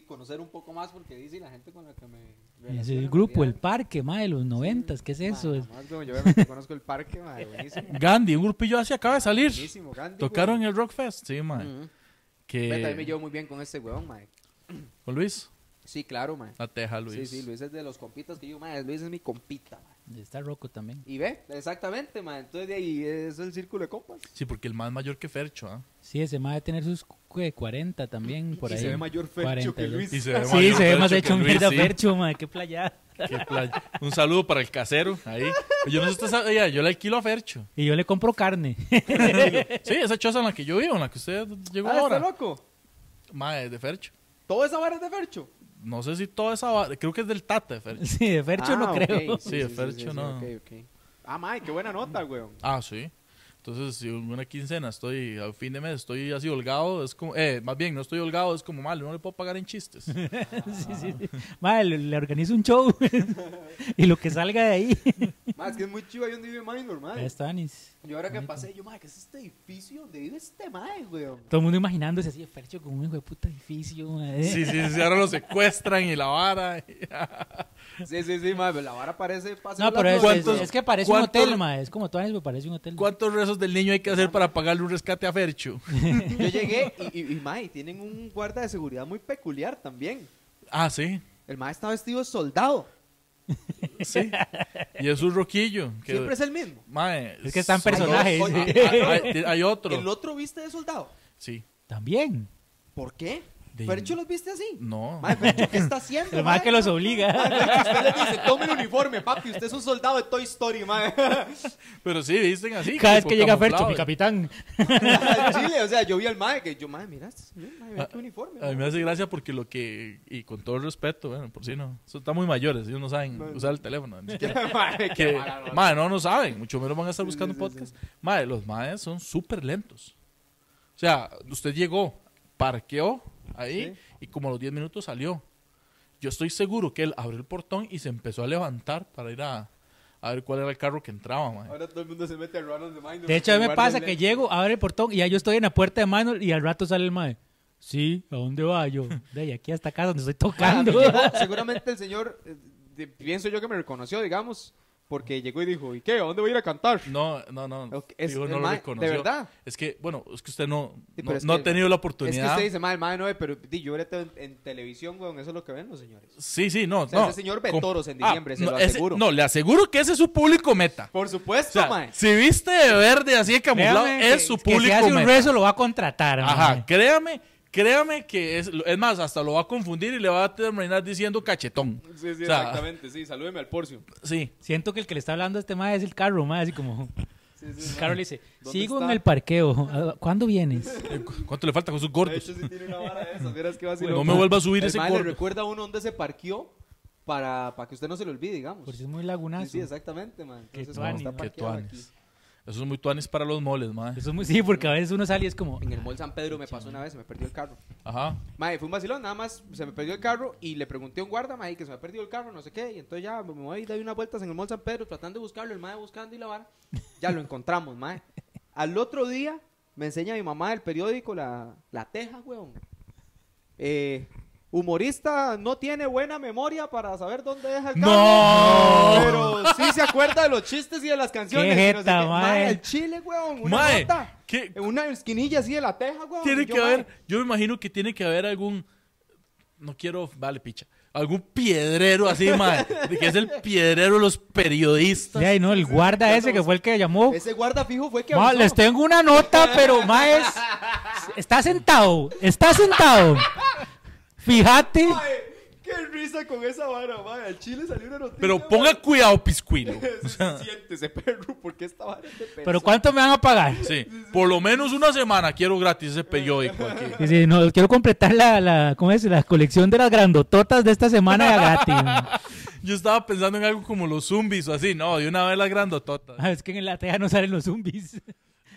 S3: conocer un poco más porque dice la gente con la que me.
S2: Es
S3: relaciono
S2: el
S3: en
S2: grupo, el
S3: realidad.
S2: parque, mae, de los noventas, ¿qué es eso?
S3: Ma, jamás, weón, yo obviamente conozco el parque, ma, buenísimo.
S1: Gandhi, un grupillo así acaba de salir.
S3: Buenísimo, Gandhi.
S1: Tocaron en
S3: weón.
S1: el Rockfest, sí, mae. Eh,
S3: Ujú. Ma, También me
S1: Que...
S3: llevo muy bien con este weón, ma.
S1: ¿Con Luis?
S3: Sí, claro, ma.
S1: La teja, Ah, Luis.
S3: Sí, sí, Luis es de los compitas que yo, ma, Luis es mi compita, ma.
S2: Está roco también.
S3: Y ve, exactamente, ma. Entonces de ahí es el círculo de compas.
S1: Sí, porque el más mayor que Fercho, ¿ah?
S2: Sí, ese mae debe tener sus ¿qué? 40 también, por
S3: y
S2: ahí.
S3: se ve mayor Fercho que
S2: 42.
S3: Luis.
S1: Y se ve
S2: Sí,
S1: mayor
S2: se ve
S1: Fercho
S2: más
S1: que
S2: hecho
S1: Luis,
S2: mierda
S1: sí.
S2: percho, mae, qué playa.
S1: Qué playa. Un saludo para el casero, ahí. Yo no sé si usted sabía, yo le alquilo a Fercho.
S2: Y yo le compro carne.
S1: Sí, esa choza en la que yo vivo, en la que usted llegó
S3: Ah, está
S1: ahora.
S3: loco.
S1: Mae, de Fercho.
S3: Toda esa vara es de Fercho.
S1: No sé si toda esa... va- Creo que es del Tata de Fercho.
S2: Sí, de Fercho
S3: Ah,
S2: no
S3: ok.
S2: creo.
S1: Sí, de Fercho no.
S3: ok, ok. Ah, mae, qué buena nota, weón.
S1: Ah, sí. Entonces, si en una quincena estoy, a fin de mes, estoy así holgado, es como, eh, más bien, no estoy holgado, es como mal, no le puedo pagar en chistes.
S2: Sí, sí, sí. Mae, le, le organizo un show y lo que salga de ahí
S3: Mae, es que es muy chiva ahí donde vive Minor, mae.
S2: es Tanis.
S3: Yo ahora que pasé, yo, mae, ¿qué es este edificio donde vive este mae, weón?
S2: Todo el mundo imaginándose así, Fercho con un hijo de puta edificio. mae.
S1: Sí, sí, sí, ahora lo secuestran y la vara.
S3: Sí, sí, sí, mae, pero la vara parece... pase
S2: No, pero es,
S3: blanco,
S1: ¿Cuántos-
S2: es- es que parece un
S1: cuántos-
S2: hotel, mae. Es como Tanis, pero parece un hotel.
S1: ¿Cuántos rezos del niño hay que hacer para pagarle un rescate a Fercho?
S3: Yo llegué y, y, y, mae, tienen un guarda de seguridad muy peculiar también.
S1: Ah, sí,
S3: El mae está vestido de soldado.
S1: sí. Y es un roquillo. que-
S3: Siempre es el mismo.
S1: Mae,
S2: Es que están
S1: son-
S2: personajes.
S1: Ah, Hay, hay
S3: El
S1: otro.
S3: otro viste de soldado.
S1: Sí.
S2: También.
S3: ¿Por qué?
S1: De-
S3: Fercho los viste así.
S1: No.
S3: Mae, Fercho, ¿qué está haciendo?
S2: El mae que los
S3: Mae,
S2: obliga.
S3: Fercho, usted le dice, tome el uniforme, papi. Usted es un soldado de Toy Story, mae.
S1: Pero sí, dicen así.
S2: Cada vez
S1: tipo
S2: que llega Fercho,
S1: camuflado.
S2: mi capitán.
S3: Al Chile, o sea, yo vi al mae que yo, mae, mira, este señor, mae, mira qué uniforme.
S1: A mí
S3: mae.
S1: me hace gracia porque lo que, y con todo el respeto, bueno, por si no, eso está muy mayores, ellos no saben
S3: Bueno.
S1: usar el teléfono. ni siquiera.
S3: Mae, qué
S1: que,
S3: mala nota.
S1: madre, no, no saben, mucho menos van a estar
S3: Sí,
S1: buscando
S3: sí,
S1: un
S3: sí,
S1: podcast. Madre, los madres son súper lentos. O sea, usted llegó, parqueó ahí
S3: Sí.
S1: y como a los 10 minutos salió. Yo estoy seguro que él abrió el portón y se empezó a levantar para ir a, a ver cuál era el carro que entraba, madre.
S3: Ahora todo el mundo se mete a Run on the Mind.
S2: De hecho, a mí me pasa que llego, abre el portón y ya yo estoy en la puerta de Manuel y al rato sale el mae. Sí, ¿a dónde va yo? De ahí aquí hasta acá donde estoy tocando.
S3: Ah, seguramente el señor, eh, de- pienso yo que me reconoció, digamos, porque llegó y dijo, ¿y qué? ¿A dónde voy a ir a cantar?
S1: No, no, no.
S3: Ok, es-
S1: digo,
S3: el
S1: no lo
S3: mae,
S1: reconoció.
S3: ¿de verdad?
S1: Es que, bueno, es que usted no,
S3: Sí,
S1: no,
S3: pero es
S1: no
S3: que-
S1: ha tenido la
S3: Es que
S1: oportunidad.
S3: usted dice, madre, madre, no, pero di, yo ahorita en, en televisión, weón, eso es lo que ven los señores.
S1: Sí, sí, no.
S3: sea,
S1: no.
S3: ese señor ve
S1: Com-
S3: toros en diciembre, se lo
S1: ese-
S3: aseguro.
S1: no, le aseguro que ese es su público meta.
S3: Por
S1: O
S3: supuesto,
S1: sea,
S3: mae.
S1: si viste de verde así de camuflado,
S2: Créame
S1: es su
S2: que- que si
S1: público
S2: hace un
S1: meta.
S2: rezo lo va a contratar. mae.
S1: Ajá, créame, créame que es, es más, hasta lo va a confundir y le va a terminar diciendo cachetón.
S3: Sí, sí,
S1: O sea,
S3: exactamente, sí, salúdeme al porcio.
S1: Sí.
S2: Siento que el que le está hablando a este mae es el carro, mae, así como...
S3: Sí, sí,
S2: El
S3: mae.
S2: carro le dice,
S3: ¿Dónde
S2: sigo en
S3: está?
S2: el parqueo, ah, ¿cuándo vienes?
S1: Eh, cu- ¿Cuánto le falta con sus
S3: De
S1: gordos?
S3: hecho, sí tiene una vara de esas, verás que va a
S1: No me vuelva a subir ese
S3: mae le
S1: gordo.
S3: recuerda a uno dónde se parqueó para, para que usted no se lo olvide, digamos.
S2: Porque es muy
S3: Sí,
S2: lagunazo.
S3: sí, exactamente, man.
S2: Qué
S3: Entonces,
S2: tuanis,
S3: está
S2: ¿no?
S1: Qué
S3: parqueado
S1: tuanis.
S3: aquí.
S1: Eso es muy tuanis para los moles, madre.
S2: Eso es muy- sí, porque a veces uno sale y es como...
S3: En el Mall San Pedro me pasó una vez, se me perdió el carro.
S1: Ajá.
S3: Mae, fue un vacilón, nada más se me perdió el carro y le pregunté a un guarda, mae, que se me ha perdido el carro, no sé qué. Y entonces ya me voy y doy unas vueltas en el Mall San Pedro tratando de buscarlo, el mae buscando y la vara. Ya lo encontramos, mae. Al otro día me enseña mi mamá el periódico La, la Teja, weón. Eh, humorista no tiene buena memoria para saber dónde deja el carro.
S1: ¡No!
S3: Pero sí se acuerda de los chistes y de las canciones.
S2: ¡Qué
S3: y no sé
S2: jeta,
S3: qué.
S2: mae!
S3: el chile, weón. Una
S1: Mae,
S3: nota.
S1: ¿qué-
S3: En una esquinilla así de la teja, weón.
S1: Tiene
S3: Y yo,
S1: que
S3: mae,
S1: haber, yo me imagino que tiene que haber algún, no quiero, vale, picha, algún piedrero así, madre, de que es el piedrero de los periodistas.
S2: Sí, ahí no, el guarda
S3: ya
S2: ese que
S3: estamos-
S2: fue el que llamó.
S3: Ese guarda fijo fue el que
S2: Ma,
S3: avisó.
S2: les tengo una nota, pero más está sentado, está sentado. Fíjate,
S3: Mae, Qué risa con esa vara, mae. Al chile salió una noticia.
S1: Pero ponga
S3: mae.
S1: cuidado, piscuino.
S3: Sí, sí, Siéntese, perro, porque esta vara es de peso.
S2: pero ¿cuánto me van a pagar?
S1: Sí, por lo menos una semana quiero gratis ese periódico aquí.
S2: Dice, no, quiero completar la, la, ¿cómo es? la colección de las grandototas de esta semana ya gratis.
S1: Yo estaba pensando en algo como los zombies o así, no, de una vez las grandototas.
S2: Ah, es que en la teja no salen los zombies.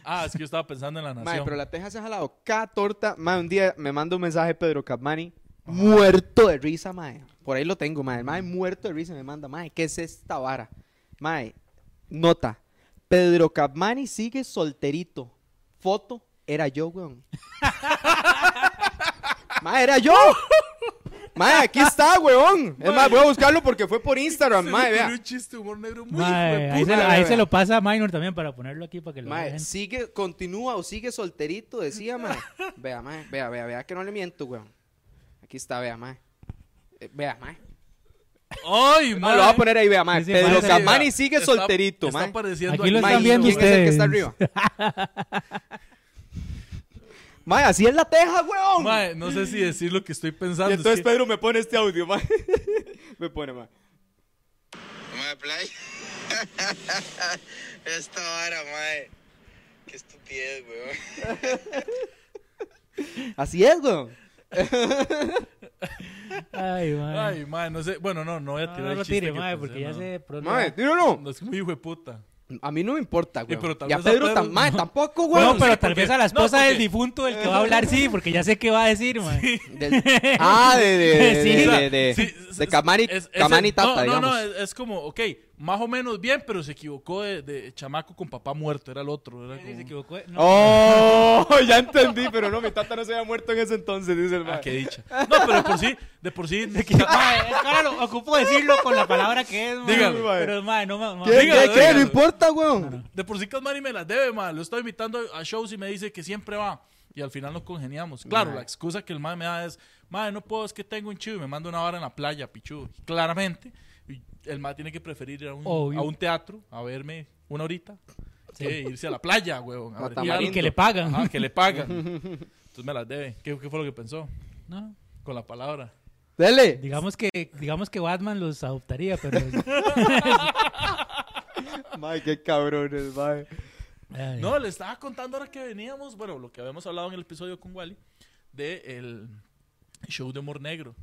S1: Ah, es que yo estaba pensando en la
S3: Mae,
S1: nación.
S3: pero la teja se ha jalado cada torta. Mae, un día me manda un mensaje Pedro Capmani. Muerto de risa, mae. Por ahí lo tengo, mae. El Mae, muerto de risa me manda. Mae, ¿qué es esta vara? Mae, nota. Pedro Capmani sigue solterito. Foto, era yo, weón. mae, era yo. Mae, aquí está, weón. Es más, voy a buscarlo porque fue por
S1: Se
S3: Instagram,
S1: me
S3: mae,
S1: ocurrió
S3: vea.
S1: un chiste de humor negro muy hijo
S2: Mae,
S1: de
S2: ahí
S1: puta.
S2: se, lo-
S3: vea,
S2: ahí
S3: vea.
S2: se lo pasa a Minor también para ponerlo aquí para que lo
S3: Mae,
S2: vean.
S3: sigue, continúa o sigue solterito, decía, mae. Vea, mae, vea, vea, vea que no le miento, weón. Aquí está, vea, mae. Eh, vea, mae.
S1: Ay,
S3: No, lo voy a poner ahí, vea, mae.
S2: Sí, sí,
S3: Pedro
S2: mae, sí,
S3: Camani sigue
S1: Está-
S3: solterito,
S1: está
S3: mae.
S1: apareciendo
S2: Aquí lo
S3: Mae,
S2: están
S3: ¿y
S2: viendo
S3: quién es el que está
S2: ustedes.
S3: arriba? mae, así es la teja, weón.
S1: Mae, no sé si decir lo que estoy pensando.
S3: y
S1: es
S3: entonces
S1: que-
S3: Pedro me pone este audio, mae. me pone, mae.
S4: Mae, play. Esta vara, mae. Qué estupidez, weón.
S3: Así es, weón.
S2: Ay, mae.
S1: Ay, mae, no sé. Bueno, no, no voy a
S2: No,
S1: tirar
S2: no
S1: el
S2: lo
S1: chiste
S2: tire,
S1: que
S2: mae,
S1: pensé,
S2: porque ya
S1: no.
S2: se...
S3: Mae, tíralo.
S1: No, es que muy hijo de puta.
S3: A mí no me importa, güey.
S1: pero tal
S3: Y a
S1: vez a
S3: Pedro,
S1: Pedro-
S3: tam- mae, tampoco, güey.
S2: Bueno,
S1: Bueno,
S2: pero
S1: sí,
S2: tal
S1: porque-
S2: vez a la
S1: no,
S2: esposa del
S1: porque-
S2: difunto del que va a hablar sí, porque ya sé qué va a decir, man.
S3: Ah, de, de, de,
S2: Sí,
S3: de,
S2: o
S1: sea,
S3: de, de-
S1: sí,
S3: de
S1: es-
S3: Camani,
S1: es- es
S3: Camani
S1: el-
S3: Tata,
S1: no,
S3: digamos.
S1: No, no, es, es como, ok, más o menos bien, pero se equivocó de, de chamaco con papá muerto, era el otro. Era como-
S3: ¡Oh! Ya entendí, pero no, mi tata no se había muerto en ese entonces, dice el
S1: Ah,
S3: mae.
S1: qué dicha. No, pero de por sí, de por sí.
S2: ahora lo ocupo decirlo con la palabra que es, man.
S1: Dígalo.
S2: Pero, man, no, ma- ma-
S3: ¿Qué,
S1: Dígalo,
S3: qué, qué?
S1: dígalo.
S3: No importa, güey.
S1: De por sí Casmani me las debe, ma. Lo estoy invitando a shows y me dice que siempre va. Y al final nos congeniamos. Claro,
S3: Mae.
S1: la excusa que el mae me da es, mae, no puedo, es que tengo un chivo y me manda una vara en la playa, pichu. Claramente, y el mae tiene que preferir ir a un,
S2: Obvio.
S1: a un teatro a verme una horita que irse a la playa, huevón. A
S3: O a
S1: ver,
S2: Y
S3: Tamarindo.
S2: que le pagan.
S1: Ajá, que le pagan. Entonces me las debe. ¿Qué, qué fue lo que pensó?
S2: No, no.
S1: Con la palabra.
S3: Dele.
S2: Digamos que, digamos que Batman los adoptaría, pero.
S3: Mae, qué cabrones, mae.
S2: Ay.
S1: No, le estaba contando ahora que veníamos, bueno, lo que habíamos hablado en el episodio con Wally, de el show de humor negro.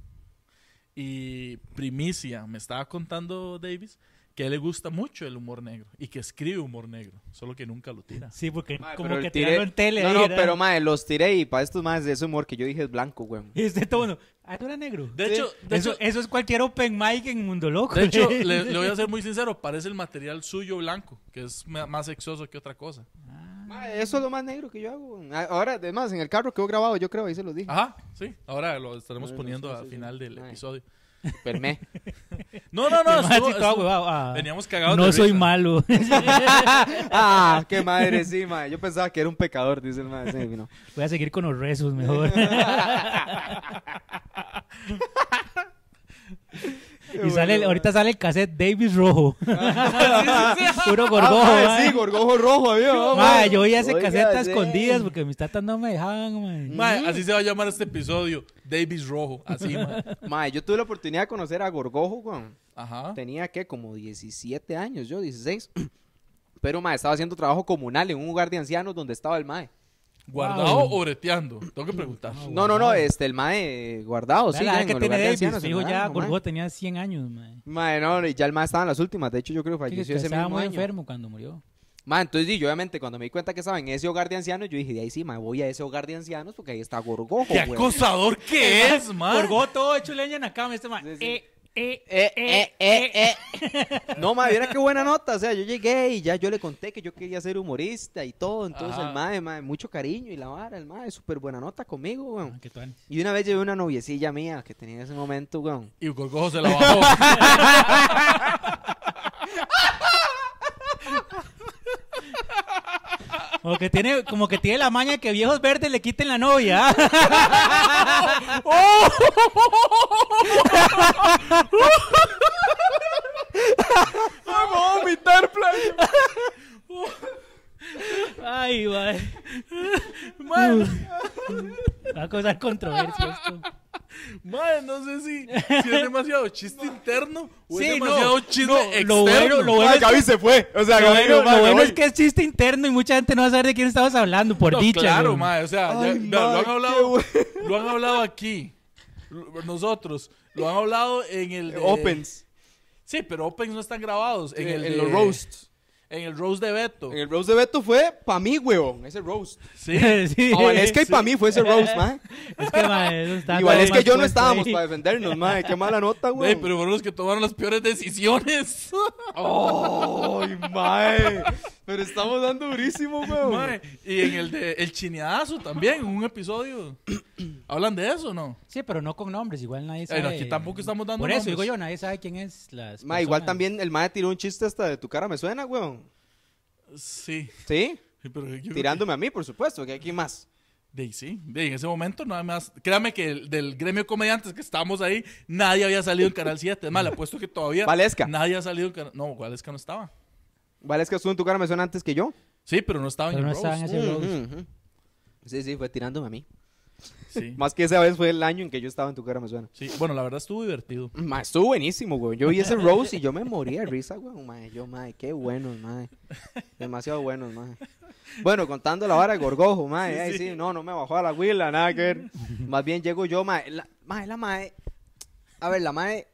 S1: Y primicia, me estaba contando Davis que a él le gusta mucho el humor negro y que escribe humor negro, solo que nunca lo tira.
S2: Sí, porque
S3: Mae,
S2: como
S3: pero
S2: que
S3: el tiré-
S2: tiraron en tele.
S3: No,
S2: ahí,
S3: no,
S2: ¿verdad?
S3: pero mae, los tiré y para estos más de ese humor que yo dije es blanco, güey.
S2: Y este todo mundo, Ah, tú eras negro.
S1: De hecho, de
S2: eso,
S1: hecho,
S2: eso es cualquier open mic en Mundo Loco.
S1: de hecho, le, le voy a ser muy sincero, parece el material suyo blanco, que es ma- más sexoso que otra cosa.
S3: Mae, eso es lo más negro que yo hago. weón. A- Ahora, además, en el carro quedó grabado, yo creo, ahí se los dije.
S1: Ajá, sí, ahora lo estaremos
S3: Bueno,
S1: poniendo
S3: sí,
S1: al
S3: sí, sí.
S1: final del
S3: Ay.
S1: episodio.
S3: Permé.
S1: No, no, no,
S2: Y más así
S1: estuvo-
S2: todo
S1: estuvo-
S2: huevado, ah,
S1: veníamos cagados
S2: No
S1: de
S2: soy
S1: risa.
S2: malo.
S3: ah, qué madre, sí, mae. Yo pensaba que era un pecador, dice el mae. Sí, no.
S2: Voy a seguir con los rezos mejor. y sale, el- ahorita sale el cassette Davis Rojo. Puro gorgojo.
S3: Ah, mae,
S2: mae.
S3: sí, gorgojo rojo, había. ¿no,
S2: Mae,
S3: mae?
S2: yo voy a hacer
S3: Oiga,
S2: casetas
S3: sí.
S2: escondidas porque mis tatas no me dejaban, mae.
S1: Mae, así se va a llamar este episodio, Davis Rojo, así, mae.
S3: Mae, yo tuve la oportunidad de conocer a gorgojo, güey.
S1: Ajá.
S3: Tenía que como 17 años, yo 16. Pero mae, estaba haciendo trabajo comunal en un hogar de ancianos donde estaba el mae.
S1: ¿Guardado
S2: Wow.
S1: o breteando? Tengo que preguntar.
S3: No, no, no, este, el mae eh, guardado,
S2: Ah, Vea
S3: sí.
S2: la
S3: ya
S2: edad
S3: en
S2: que
S3: el
S2: tiene
S3: hogar de
S2: Davis.
S3: ancianos,
S2: Fijo,
S3: en
S2: ya
S3: Naranjo, mae.
S2: Gorgo tenía 100 años, mae.
S3: Mae, no, y ya el mae estaba en las últimas. De hecho, yo creo que
S2: Sí, que
S3: falleció ese
S2: estaba
S3: mismo
S2: muy
S3: año.
S2: enfermo cuando murió.
S3: Mae, entonces, sí, yo, obviamente, cuando me di cuenta que estaba en ese hogar de ancianos, yo dije, de ahí sí, mae, voy a ese hogar de ancianos porque ahí está Gorgojo,
S1: ¡Qué
S3: güey.
S1: acosador que es, mae!
S2: Gorgo todo hecho leña en la cama, este mae.
S3: Sí, sí.
S2: Eh, eh,
S3: Eh, eh, eh, eh. No, mae, mira qué buena nota. O sea, yo llegué y ya yo le conté que yo quería ser humorista y todo. Entonces,
S1: Ajá.
S3: el mae, mae, mucho cariño y la vara, el mae, súper buena nota conmigo, güey.
S2: Ah, que tuanis.
S3: Y una vez llevé una noviecilla mía que tenía en ese momento, güey.
S1: Y Gorgojo se la bajó.
S2: Como que tiene, como que tiene la maña que viejos verdes le quiten la novia. ¿ah?
S3: ¡Vamos a vomitar,
S2: Ay, mae.
S1: Mae,
S2: Va a causar controversia esto.
S1: mae, no sé si, si es demasiado chiste interno o es
S2: Sí, no,
S1: demasiado chisme
S2: no,
S1: externo.
S2: lo bueno, lo bueno es que-
S3: se fue. O sea,
S2: Lo
S3: Gaby,
S2: bueno,
S3: no, mae,
S2: lo
S3: me
S2: bueno
S3: voy.
S2: es que es chiste interno y mucha gente no va a saber de quién estamos hablando, por
S1: No,
S2: dicha.
S1: Claro,
S2: güey.
S1: mae, o sea, ya- vea,
S3: Ay, mae,
S1: lo, han
S3: qué
S1: hablado,
S3: bueno.
S1: lo han hablado aquí, lo- nosotros, lo han hablado en el... de-
S3: Opens.
S1: Sí, pero Opens no están grabados. En,
S3: En,
S1: el
S3: en
S1: de-
S3: los roasts.
S1: En el roast de Beto.
S3: En el roast de Beto fue pa' mí, weón. Ese roast.
S1: Sí.
S2: Sí.
S3: Pa' Valesca y pa' mí fue ese roast, mae.
S2: Es que, mae, eso está
S3: Y
S2: todo
S3: Valesca y
S2: mal
S3: yo no
S2: puesto
S3: estábamos
S2: ahí.
S3: para defendernos, mae. Qué mala nota,
S1: Ey,
S3: weón.
S1: pero fueron los que tomaron las peores decisiones.
S3: ¡Ay, mae! Pero estamos dando durísimo, weón.
S1: Mae, y en el de El Chineazo también, en un episodio. ¿Hablan de eso o no?
S2: Sí, pero no con nombres, igual nadie sabe.
S1: Bueno, aquí tampoco estamos dando
S2: Por eso
S1: nombres.
S2: digo yo, nadie sabe quién es las
S3: Mae, igual
S2: personas.
S3: también el mae tiró un chiste hasta de tu cara me suena, weón.
S1: Sí.
S3: ¿Sí?
S1: sí, Pero yo creo
S3: Tirándome a mí, por supuesto. que aquí más?
S1: que- de- sí, de- en ese momento nada más. Créame que el- del gremio de comediantes que estábamos ahí, nadie había salido en Canal 7. Es más, le apuesto que todavía.
S3: Valesca.
S1: Nadie ha salido en Canal. No, Valesca no estaba.
S3: Valesca estuvo en tu cara me suena antes que yo.
S1: Sí, pero no estaba en
S2: Pero
S1: el
S2: no
S1: roast.
S2: estaban ese
S3: Mm,
S2: roast.
S3: mm, mm. Sí, sí, fue tirándome a mí.
S1: Sí.
S3: Más que esa vez fue el año en que yo estaba en tu cara me suena.
S1: Sí, Bueno, la verdad estuvo divertido.
S3: Ma, estuvo buenísimo, güey. Yo vi ese Rose y yo me moría de risa, güey. Ma, yo, ma, qué buenos, ma. Demasiado buenos, ma. Bueno, contando la vara de Gorgojo, ma. ay, sí. no, no me bajó a la huila, nada que ver. Más bien llego yo, ma. La, ma, la mae- A ver, la mae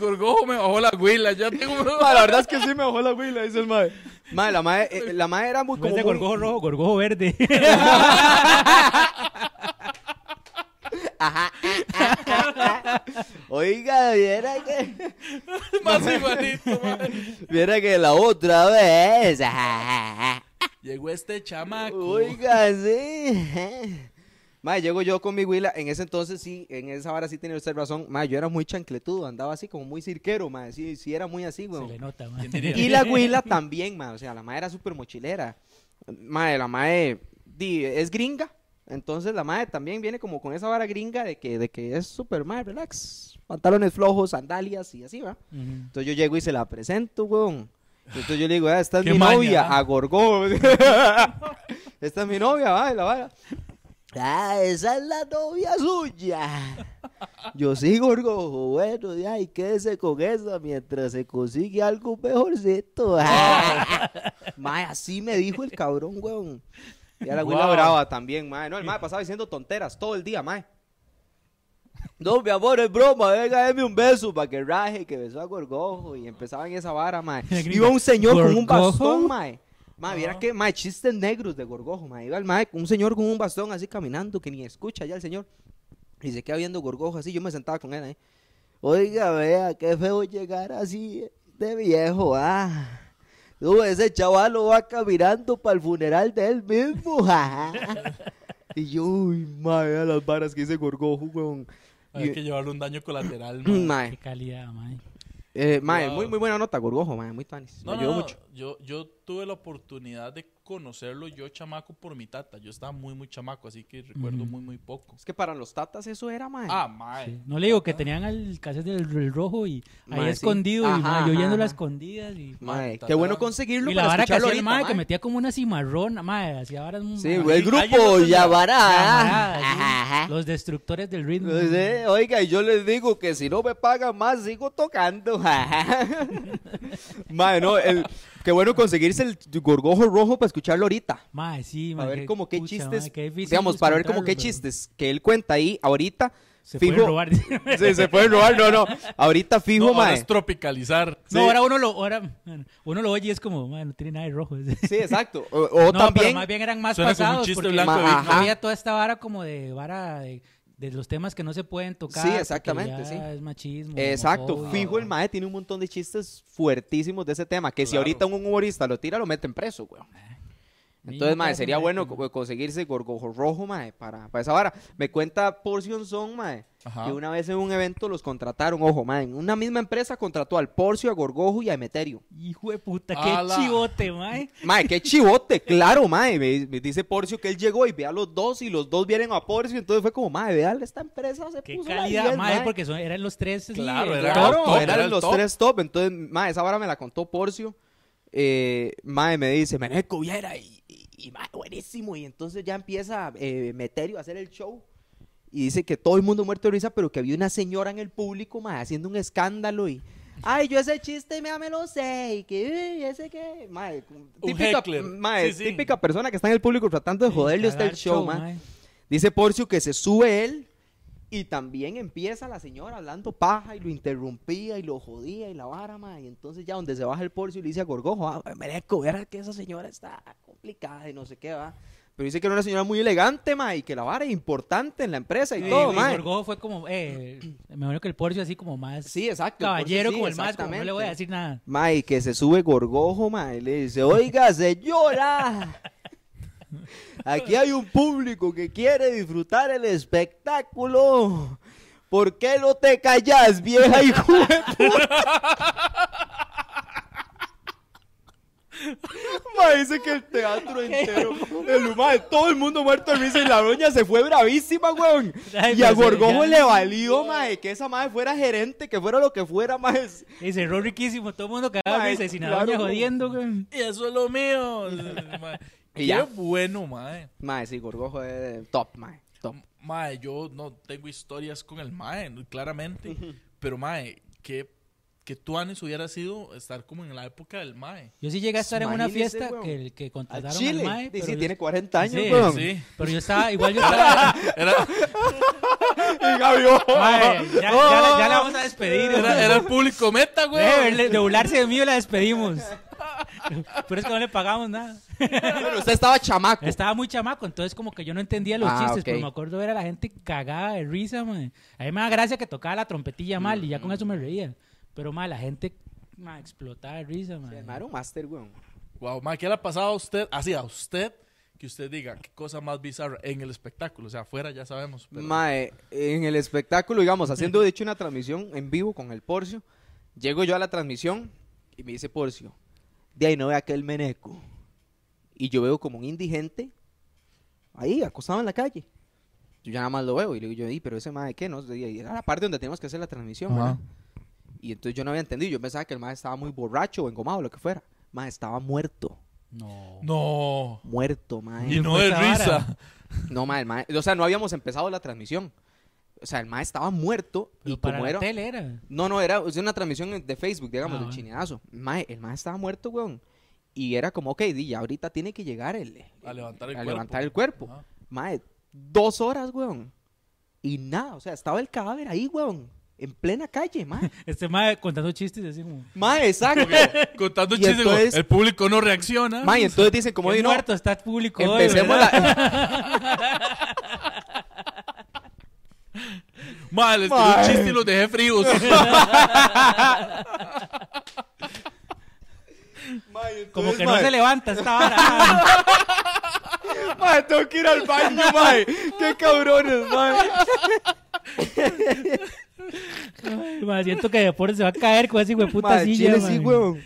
S1: Gorgojo me bajó la huila. Ya tengo.
S3: Ma, la verdad es que sí me bajó la huila, dice el mae. Ma, la mae, eh, la mae era muy
S2: Como
S3: como
S2: de
S3: muy-
S2: gorgojo rojo, gorgojo verde.
S3: Oiga, viera que...
S1: Más igualito, mae.
S3: Viera que la otra vez... ajá, ajá,
S1: Llegó este
S3: ajá.
S1: chamaco.
S3: Oiga, sí. Ma, llego yo con mi huila. En ese entonces sí, en esa vara sí tenía usted razón. Ma, yo era muy chancletudo, andaba así como muy cirquero, ma. Sí, sí era muy así,
S2: Se
S3: weón.
S2: le nota,
S1: ¿Quién
S2: man.
S1: diría?
S3: Y la güila también, ma. O sea, la madre era súper mochilera. Madre, la madre di, es gringa. Entonces la madre también viene como con esa vara gringa de que, de que es súper madre, relax. Pantalones flojos, sandalias y así, va.
S2: Ujú.
S3: Entonces yo llego y se la presento, weón. Entonces yo le digo, "Ah, esta es
S1: Qué
S3: mi
S1: maña,
S3: novia,
S1: ¿ah?
S3: a Gorgó. esta es mi novia, va, y la vara. Ah, esa es la novia suya. Yo sí, Gorgojo, bueno, ya, y ay, quédese con esa mientras se consigue algo mejorcito. mae, así me dijo el cabrón, weón. Y a la güila
S1: Guau.
S3: brava también, mae. No, el mae pasaba diciendo tonteras todo el día, mae. No, mi amor, es broma, venga, deme un beso para que raje, que besó a Gorgojo y empezaban esa vara, mae.
S2: La gringa,
S3: Iba un señor con un
S2: ¿Gorgojo?
S3: bastón, mae. Mae, viera
S1: Ah.
S3: que, mae, chistes negros de Gorgojo, mae. Iba el mae, un señor con un bastón así caminando, que ni escucha ya el señor. Y se queda viendo Gorgojo así, yo me sentaba con él ahí. Oiga, vea, qué feo llegar así de viejo, ah. No, ese chaval lo va caminando para el funeral de él mismo, ja, ja. Y yo, uy, mae, vea las varas que dice Gorgojo, weón.
S1: Hay
S3: Y-
S1: que llevarle un daño colateral, mae.
S3: Mm, Mae.
S2: Qué calidad, man.
S3: Eh, mae,
S1: Wow.
S3: muy, muy buena nota, Gorgojo, mae, muy tuanis.
S1: No,
S3: Me
S1: no,
S3: ayudó
S1: no.
S3: mucho.
S1: Yo, yo tuve la oportunidad de conocerlo yo chamaco por mi tata. Yo estaba muy, muy chamaco, así que recuerdo
S2: Ujú.
S1: muy, muy poco.
S3: Es que para los tatas eso era, mae.
S1: Ah, mae.
S2: Sí. No le digo que tenían al cassette del, del rojo y ahí
S3: Mae, sí.
S2: escondido y
S3: Ajá,
S2: mae, yo yéndolo a
S3: ajá.
S2: escondidas y,
S3: mae,
S1: tata
S3: qué bueno
S1: era-
S3: conseguirlo
S2: y la
S3: para
S2: vara que
S3: escucharlo
S2: hacía el mae
S3: ahorita,
S2: que
S3: mae.
S2: metía como una cimarrona, mae, hacía varas muy-
S3: Sí,
S2: mae,
S3: güey, el
S1: Alguien
S3: grupo
S1: no tendrá-
S3: Yabará.
S2: llamaradas, ¿sí? los destructores del ritmo.
S3: Pues, eh, Oiga, y yo les digo que si no me pagan más, sigo tocando. mae, no, el- qué bueno conseguirse el gorgojo rojo para escucharlo ahorita.
S2: Mae, sí, mae,
S3: Para ver como qué
S2: pucha,
S3: chistes,
S2: mae, qué difícil
S3: digamos, para ver como qué
S2: encontrarlos, pero
S3: chistes que él cuenta ahí ahorita.
S2: Se
S3: fijo,
S2: pueden robar.
S3: Sí, se pueden robar, no, no. Ahorita fijo,
S1: No, ahora
S3: mae.
S1: es tropicalizar.
S3: Sí.
S2: No, ahora uno lo, ahora, bueno, uno lo oye y es como, mae, no tiene nada de rojo.
S3: Sí, exacto. O, o
S2: no, pero
S3: también.
S2: más bien eran más
S1: Suena como un
S2: pasados.
S1: chiste
S2: porque
S1: blanco
S3: de
S2: no
S3: Vic, ¿no?
S2: había toda esta vara como de vara de, de los temas que no se pueden tocar.
S3: Sí,
S2: porque
S3: exactamente,
S2: ya
S3: sí.
S2: Es machismo.
S3: Exacto,
S2: homofobia.
S3: fijo el mae tiene un montón de chistes fuertísimos de ese tema, que si
S1: Claro.
S3: ahorita un humorista lo tira, lo meten preso, weón.
S2: Y no
S3: Entonces, mae,
S2: pasa
S3: sería
S2: nada,
S3: bueno
S2: como-
S3: co- conseguirse gorgojo rojo, mae, para, para esa vara. Me cuenta Porción Son, mae,
S1: Ajá.
S3: que una vez en un evento los contrataron, ojo, mae, en una misma empresa contrató al Porcio, a Gorgojo y a Emeterio.
S2: Hijo de puta, qué
S1: Ala.
S2: chivote, eh. mae.
S3: Mae, qué chivote, claro, mae. Me, me dice Porcio que él llegó y ve a los dos y los dos vienen a Porcio. Entonces fue como, mae, vean, esta empresa se
S2: Qué
S3: puso la
S2: calidad,
S3: 10,
S2: mae,
S3: mae.
S2: eh, porque son, eran los tres.
S1: eh.
S2: sí,
S1: Claro,
S2: eh,
S1: era
S3: Claro,
S1: el top,
S3: eran
S1: era el
S3: los
S1: top.
S3: tres top. Entonces, mae, esa vara me la contó Porcio. Eh, mae me dice, Meneco viera y, y, y, mae, buenísimo. Y entonces ya empieza eh, Meterio a hacer el show. Y dice que todo el mundo muerto de risa, pero que había una señora en el público, mae, haciendo un escándalo y. Ay, yo ese chiste me me lo sé. Y que, "Uy, ese que. Mae, típica,
S1: heckler.
S3: mae,
S1: Sí, sí.
S3: típica persona que está en el público tratando de joderle a usted el
S2: cagar eh.
S3: show, mae. Dice Porcio que se sube él y también empieza la señora hablando paja y lo interrumpía y lo jodía y la vara, ma. Y entonces ya donde se baja el Porcio le dice a Gorgojo, ah, merezco, verá que esa señora está complicada y no sé qué va. Pero dice que era una señora muy elegante, ma, y que la vara es importante en la empresa y
S2: Y,
S3: todo,
S2: y
S3: ma.
S2: Gorgojo fue como, eh, me imagino que el Porcio así como más
S3: Sí, exacto. el Porcio
S2: caballero,
S3: sí,
S2: como el más, como no le voy a
S3: exactamente.
S2: decir nada.
S3: Ma, y que se sube gorgojo, ma, y le dice, oiga, señora, aquí hay un público que quiere disfrutar el espectáculo. ¿Por qué no te callas, vieja y Ma, dice que el teatro entero, el humano, todo el mundo muerto de risa y la doña se fue bravísima, weón.
S2: Ay,
S3: Y
S2: pero
S3: a
S2: se-
S3: Gorgojo
S2: ya-
S3: le valió, ma, que esa madre fuera gerente, que fuera lo que fuera, ma. es-
S2: Y cerró riquísimo, todo el mundo cagaba
S3: Mae,
S2: risa y sin
S3: claro,
S2: doña
S3: como-
S2: jodiendo, güey.
S1: Y eso es lo mío. mae.
S3: Y ya.
S1: Qué bueno, mae.
S3: Mae, sí, Gorgojo es top, mae. Top.
S1: Mae, yo no tengo historias con el mae, no- claramente. Pero mae, que, que tú, Anis, hubiera sido estar como en la época del mae.
S2: Yo sí llegué a estar en una
S3: Imagínese,
S2: fiesta
S3: weón.
S2: que, que
S3: A
S2: contrataron
S3: Chile.
S2: al mae,
S3: sí,
S2: pero yo-
S3: tiene 40 años,
S2: Sí,
S3: weón.
S1: Sí.
S2: Pero yo estaba, igual yo estaba,
S1: Era, Y Gaby, oh,
S2: Mae, ya, ya la-
S3: oh.
S2: ya la vamos a despedir.
S1: Era, era el público meta, güey.
S2: Deje De, de burlarse de mí la despedimos. Pero es que no le pagamos nada.
S3: Bueno, usted estaba chamaco.
S2: Estaba muy chamaco, entonces como que yo no entendía los
S3: Ah,
S2: chistes,
S3: ok.
S2: pero me acuerdo ver a la gente cagada de risa, mae. A mí me da gracia que tocaba la trompetilla mal y ya con eso me reía. Pero mae, la gente mae, explotaba de risa, mae.
S3: Mae, era un master, weón.
S1: Wow, ma, ¿qué le ha pasado a usted? Así, a usted, que usted diga qué cosa más bizarra en el espectáculo. O sea, afuera ya sabemos. Pero...
S3: Mae, en el espectáculo, digamos, haciendo de hecho una transmisión en vivo con el Porcio, llego yo a la transmisión y me dice Porcio, de ahí no ve aquel meneco. Y yo veo como un indigente ahí, acostado en la calle. Yo ya nada más lo veo y le digo yo, "Di, pero ese mae, ¿qué? No, sé", y era la parte donde teníamos que hacer la transmisión,
S1: Ajá.
S3: ¿verdad? Y entonces yo no había entendido, yo pensaba que el mae estaba muy borracho o engomado o lo que fuera. Mae, estaba muerto,
S2: No.
S1: No.
S3: muerto, mae.
S1: Y no de
S2: Esa vara.
S1: risa.
S3: No, ma, el mae- o sea, no habíamos empezado la transmisión. O sea, el mae estaba muerto
S2: Pero
S3: y
S2: para
S3: como
S2: la
S3: era...
S2: tele era.
S3: No, no, era o sea, una transmisión de Facebook, digamos,
S2: Ah,
S3: del
S2: bueno.
S3: chineazo. Mae, el mae estaba muerto, weón. Y era como, ok, di, ya ahorita tiene que llegar el...
S1: A levantar el
S3: a
S1: cuerpo.
S3: levantar el cuerpo.
S1: Ajá.
S3: Mae, dos horas, weón. Y nada, o sea, estaba el cadáver ahí, weón. En plena calle, mae.
S2: Este mae contando chistes así como...
S3: mae, exacto.
S1: Contando
S3: Y
S1: chistes, güey,
S3: entonces-
S1: el público no reacciona.
S3: mae, entonces dicen, como
S2: "Qué
S3: di, no,
S2: muerto está el público hoy,
S3: empecemos
S2: ¿verdad?"
S3: la...
S1: Mal, les tiré
S3: Ma.
S1: un chiste y los dejé fríos.
S2: Como que no
S3: Mae.
S2: se levanta esta vara.
S3: Mae, tengo que ir al baño, mae. Qué cabrones, mae.
S2: Ay, mae, siento que deporte se va a caer con ese hijo de puta
S3: Mae,
S2: silla,
S3: chile
S2: mae.
S3: sí, weón.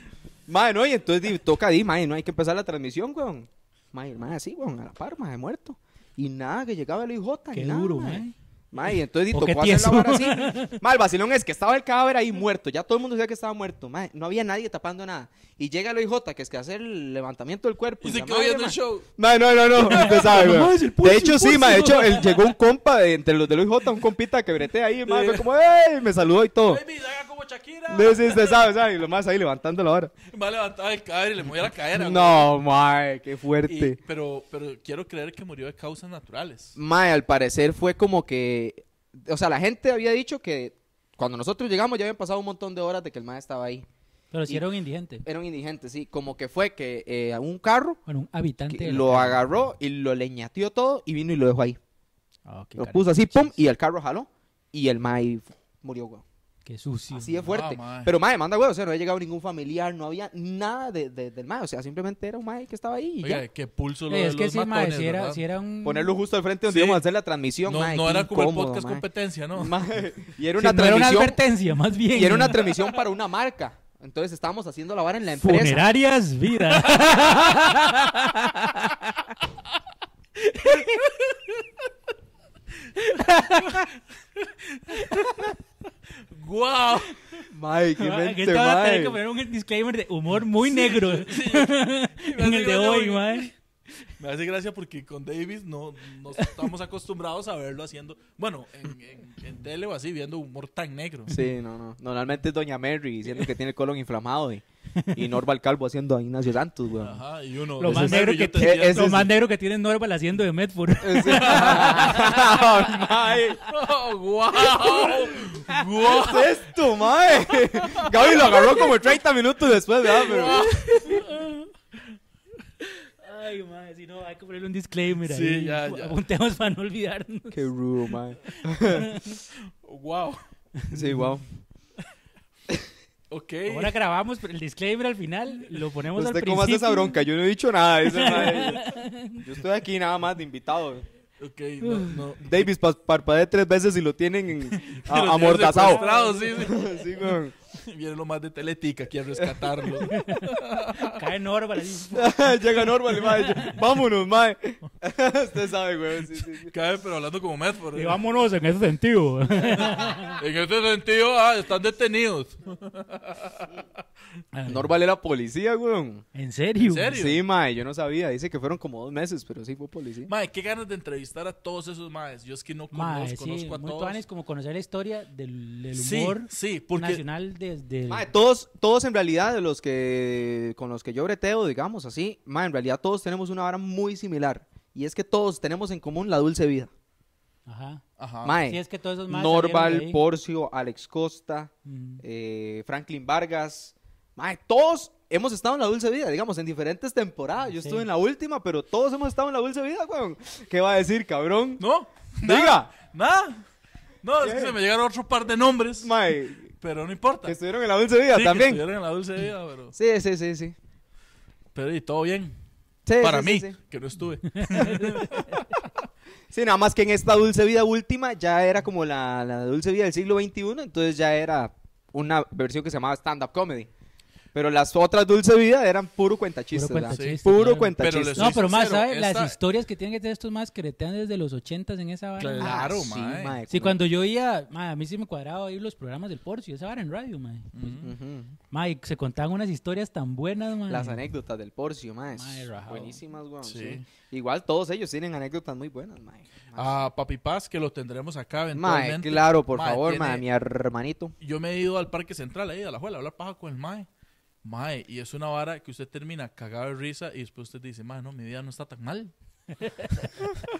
S3: Mae, no, y entonces di, toca di, mae, no hay que empezar la transmisión, weón. Mae, el mae, así, weón, a la par, mae, muerto. Y nada, que llegaba el IJ.
S2: Qué
S3: y nada,
S2: duro,
S3: mae.
S2: mae.
S3: Mae, y entonces di,
S2: O qué
S3: tocó hacer la
S2: tieso.
S3: vara así. Mae, el vacilón es que estaba el cadáver ahí muerto. Ya todo el mundo sabía que estaba muerto, mae. No había nadie tapando nada. Y llega el OIJ, que es que hace el levantamiento del cuerpo.
S1: y se
S3: la
S1: quedó
S3: madre,
S1: viendo el
S3: mae.
S1: show.
S3: No, no, no, no, usted sabe,
S2: No,
S3: weón.
S2: mames, el pulso,
S3: De hecho,
S2: el
S3: sí,
S2: pulso.
S3: ma, de hecho, él- llegó un compa de, entre los de Luis J, un compita que bretea ahí, ma, fue como, ¡ey! Me saludó y todo.
S1: Baby, haga como Shakira.
S3: No, sí, usted sabe, sabe, y lo más ahí levantando la hora.
S1: Va a levantar el cadáver y le movió la cadera. güey.
S3: No, ma, qué
S1: Y-
S3: fuerte.
S1: pero, pero quiero creer que murió de causas naturales.
S3: Ma, al parecer fue como que, o sea, la gente había dicho que cuando nosotros llegamos ya habían pasado un montón de horas de que el ma estaba ahí.
S2: Pero si
S3: Y-
S2: era un indigente.
S3: Era un indigente, sí, como que fue que eh, a un carro
S2: Bueno, un habitante.
S3: que
S2: de la
S3: lo
S2: calle.
S3: agarró y lo leñateó todo y vino y lo dejó ahí.
S2: Ah, qué
S3: Lo
S2: cara-
S3: puso así, pum, y el carro jaló y el ma ahí murió, weón.
S2: Qué sucio.
S3: Así de fuerte.
S1: mae.
S3: Pero mae, manda huevo, o sea, no había llegado ningún familiar, no había nada de, de- del mae, o sea, simplemente era un mae que estaba ahí y
S1: Oiga,
S3: ya.
S1: qué pulso lo
S2: Ey,
S1: de
S2: Eh, es que
S1: los
S2: sí,
S1: matones,
S2: mae, si era,
S1: ¿verdad?
S2: si era un...
S3: Ponerlo justo al frente donde
S1: Sí.
S3: íbamos a hacer la transmisión,
S1: No,
S3: mae,
S1: no
S3: qué
S1: era como
S3: incómodo,
S1: el podcast
S3: mae.
S1: competencia, ¿no?
S3: Mae, y
S2: Sí, no era
S3: era una
S2: una
S3: transmisión,
S2: advertencia, más bien.
S3: y era una transmisión para una marca. Entonces estábamos haciendo la vara en la empresa.
S2: Funerarias Vida.
S1: ¡Guau!
S3: Mae, qué
S2: Mae, que
S3: mente,
S2: esta va a tener
S3: mae.
S2: que poner un disclaimer de humor muy negro en el de hoy, mae.
S1: Me hace gracia porque con Davis no, no estamos acostumbrados a verlo haciendo. Bueno, en, en- en tele o así, viendo humor tan negro.
S3: Sí, no, no. Normalmente es Doña Mary diciendo que tiene el colon inflamado y, y Norval Calvo haciendo a Ignacio Santos, weón.
S1: Ajá, y uno.
S2: Lo
S1: ese
S2: más negro
S1: yo
S2: que
S1: te
S3: Eh,
S2: tiene,
S1: entiendo.
S3: ese
S2: lo
S3: es-
S2: más negro que tiene Norval haciendo de Medford.
S3: Sí. Ay, mae.
S1: ¡Oh, ¡Guau! ¡Guau!
S3: ¿Qué es esto, mae? Gaby lo agarró como 30 minutos después, ¿verdad? Pero-
S2: Ay, mae, si no, hay que ponerle un disclaimer
S1: Sí,
S2: ahí.
S1: ya, ya.
S2: Apuntemos para no olvidarnos.
S3: Qué rudo, mae.
S1: ¡Guau!
S3: Sí, wow.
S1: Ok.
S2: Ahora grabamos pero el disclaimer al final, lo ponemos al
S3: ¿Usted
S2: principio.
S3: cómo hace Pues esa bronca? Yo no he dicho nada. Dice, mae. Yo estoy aquí nada más de invitado.
S1: Ok, no, no.
S3: Davis, pa- parpadee tres veces y lo tienen en-
S1: Los días
S2: Ah,
S3: a- amordazado.
S1: secuestrados, Sí, sí.
S3: Sí, weón.
S1: Viene lo más de Teletica aquí a rescatarlo.
S2: Cae Norval así.
S3: Llega Normal y mae, yo, vámonos, mae. Usted sabe, weón. Sí, sí, sí.
S1: Cabe, pero hablando como Medford. eh.
S2: Y vámonos "Pues, en ese sentido.
S1: En este sentido, ah, están detenidos.
S3: Normal era policía, weón.
S2: ¿En serio?
S1: ¿En serio?
S3: Sí, mae, yo no sabía. Dice que fueron como dos meses, pero sí fue policía.
S1: Mae, qué ganas de entrevistar a todos esos maes. Yo es que no
S2: Mae,
S1: conozco,
S2: sí,
S1: conozco a
S2: muy
S1: todos.
S2: tuanes como conocer la historia del, del
S1: sí,
S2: humor
S1: sí, porque
S2: nacional desde el-
S3: Mae, todos, todos en realidad, de los que con los que yo breteo, digamos así, mae, en realidad todos tenemos una vara muy similar. Y es que todos tenemos en común la dulce vida.
S2: Ajá.
S1: Ajá.
S5: Mae,
S2: Sí, es que todos esos más.
S5: Norval, Porcio, Alex Costa,
S2: Mm.
S5: eh, Franklin Vargas. Mae, todos hemos estado en la dulce vida, digamos, en diferentes temporadas. Yo
S2: Sí.
S5: estuve en la última, pero todos hemos estado en la dulce vida, weón. ¿Qué va a decir, cabrón?
S1: No,
S5: Diga.
S1: nada. No, es que
S5: ¿Qué?
S1: se me llegaron otro par de nombres,
S5: Mae,
S1: pero no importa.
S5: que estuvieron en la dulce vida
S1: Sí, que
S5: también.
S1: estuvieron en la dulce vida, pero,
S5: Sí, sí, sí, sí.
S1: pero y todo bien.
S5: Sí,
S1: Para
S5: sí,
S1: mí,
S5: Sí, sí.
S1: que no estuve.
S5: Sí, nada más que en esta dulce vida última ya era como la, la dulce vida del siglo XXI, entonces ya era una versión que se llamaba stand-up comedy. Pero las otras dulce vida eran puro cuentachistes,
S2: Puro
S5: ¿verdad?
S1: cuentachiste,
S5: Puro
S2: claro.
S5: cuentachistes.
S1: Pero les-
S2: No,
S1: Soy
S2: pero más,
S1: sincero,
S2: ¿sabes?
S1: esta-
S2: Las historias que tienen que tener estos más que cretean desde los ochentas en esa vara.
S1: Claro.
S5: Ah, sí,
S1: mae.
S5: mae,
S2: Sí,
S5: como-
S2: cuando yo oía, mae, a mí sí me cuadraba oír los programas del Porcio, esa vara en radio, mae. Pues,
S1: Ujú.
S5: Ujú.
S2: Mae, se contaban unas historias tan buenas, mae.
S5: Las anécdotas del Porcio, mae.
S2: Mae, rajado.
S5: Buenísimas, weón.
S1: Sí.
S5: sí. Igual todos ellos tienen anécdotas muy buenas, mae.
S1: A Papi Paz, que lo tendremos acá eventualmente.
S5: Mae, claro, por
S1: Mae,
S5: favor,
S1: tiene-
S5: mae, mi hermanito.
S1: Yo me he ido al Parque Central ahí, a la juela, a hablar paja con el mae. Mae, y es una vara que usted termina cagado de risa y después usted dice, mae, no, mi vida no está tan mal.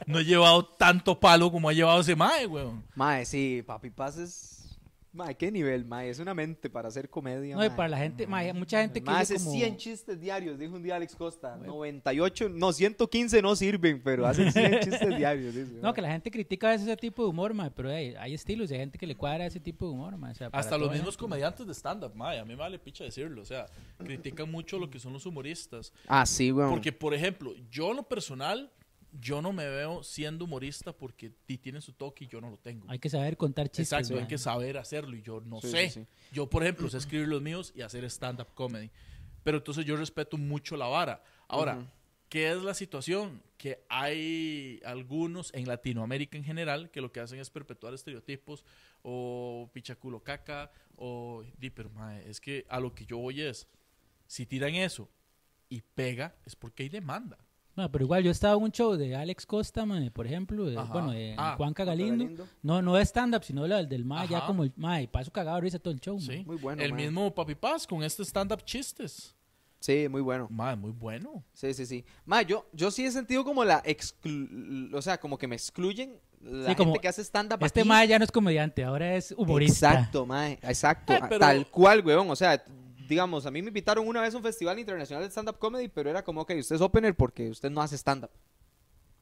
S1: no he llevado tanto palo como ha llevado ese mae, weón.
S5: Mae, sí, Papi Paz es... Mae, qué nivel, mae. Es una mente para hacer comedia,
S2: No, y
S5: mae.
S2: para la gente, mae, mucha gente que
S5: Más
S2: oye
S5: hace
S2: como...
S5: 100 chistes diarios, dijo un día Alex Costa. 98, no, 115 no sirven, pero hacen 100 chistes diarios. dice,
S2: No,
S5: ¿no?
S2: que la gente critica a veces ese tipo de humor, mae, pero hey, hay estilos, y hay gente que le cuadra ese tipo de humor, mae. o sea, para
S1: Hasta los
S2: todo,
S1: mismos
S2: ¿eh?
S1: comediantes de stand-up, mae, a mí me vale picha decirlo. O sea, critican mucho lo que son los humoristas.
S5: Ah, sí, weón.
S1: Porque, por ejemplo, yo en lo personal, yo no me veo siendo humorista porque ti tiene su toque y yo no lo tengo.
S2: Hay que saber contar chistes,
S1: Exacto, hay
S2: mae.
S1: que saber hacerlo y yo no
S5: Sí,
S1: sé.
S5: sí, sí.
S1: Yo, por ejemplo, sé escribir los míos y hacer stand-up comedy. Pero entonces yo respeto mucho la vara. Ahora,
S5: Ujú.
S1: ¿qué es la situación? Que hay algunos en Latinoamérica en general que lo que hacen es perpetuar estereotipos o pichaculo caca o di, pero mae, es que a lo que yo voy es, si tiran eso y pega, es porque hay demanda.
S2: Mae, pero igual, yo estaba en un show de Alex Costa, mae, por ejemplo, de-
S1: Ajá.
S2: bueno, de
S1: Ah,
S2: Juanca
S5: Juanca
S2: Galindo.
S5: Galindo.
S2: No, no de stand-up, sino la- el del mae, ya
S1: Ajá.
S2: como el mae, paso cagado de risa todo el show, mae.
S1: ¿sí?
S5: Muy bueno,
S1: El
S5: mae.
S1: mismo Papi Paz con este stand-up chistes.
S5: Sí, muy bueno.
S1: Mae, muy bueno.
S5: Sí, sí, sí. Mae, yo, yo sí he sentido como la exclu- O sea, como que me excluyen la
S2: Sí, como
S5: gente que hace stand-up
S2: Este
S5: aquí.
S2: mae ya no es comediante, ahora es humorista.
S5: Exacto, mae. Exacto.
S1: Eh, pero-
S5: Tal cual, weón. O sea, t- digamos, a mí me invitaron una vez a un festival internacional de stand-up comedy, pero era como, ok, usted es opener porque usted no hace stand-up.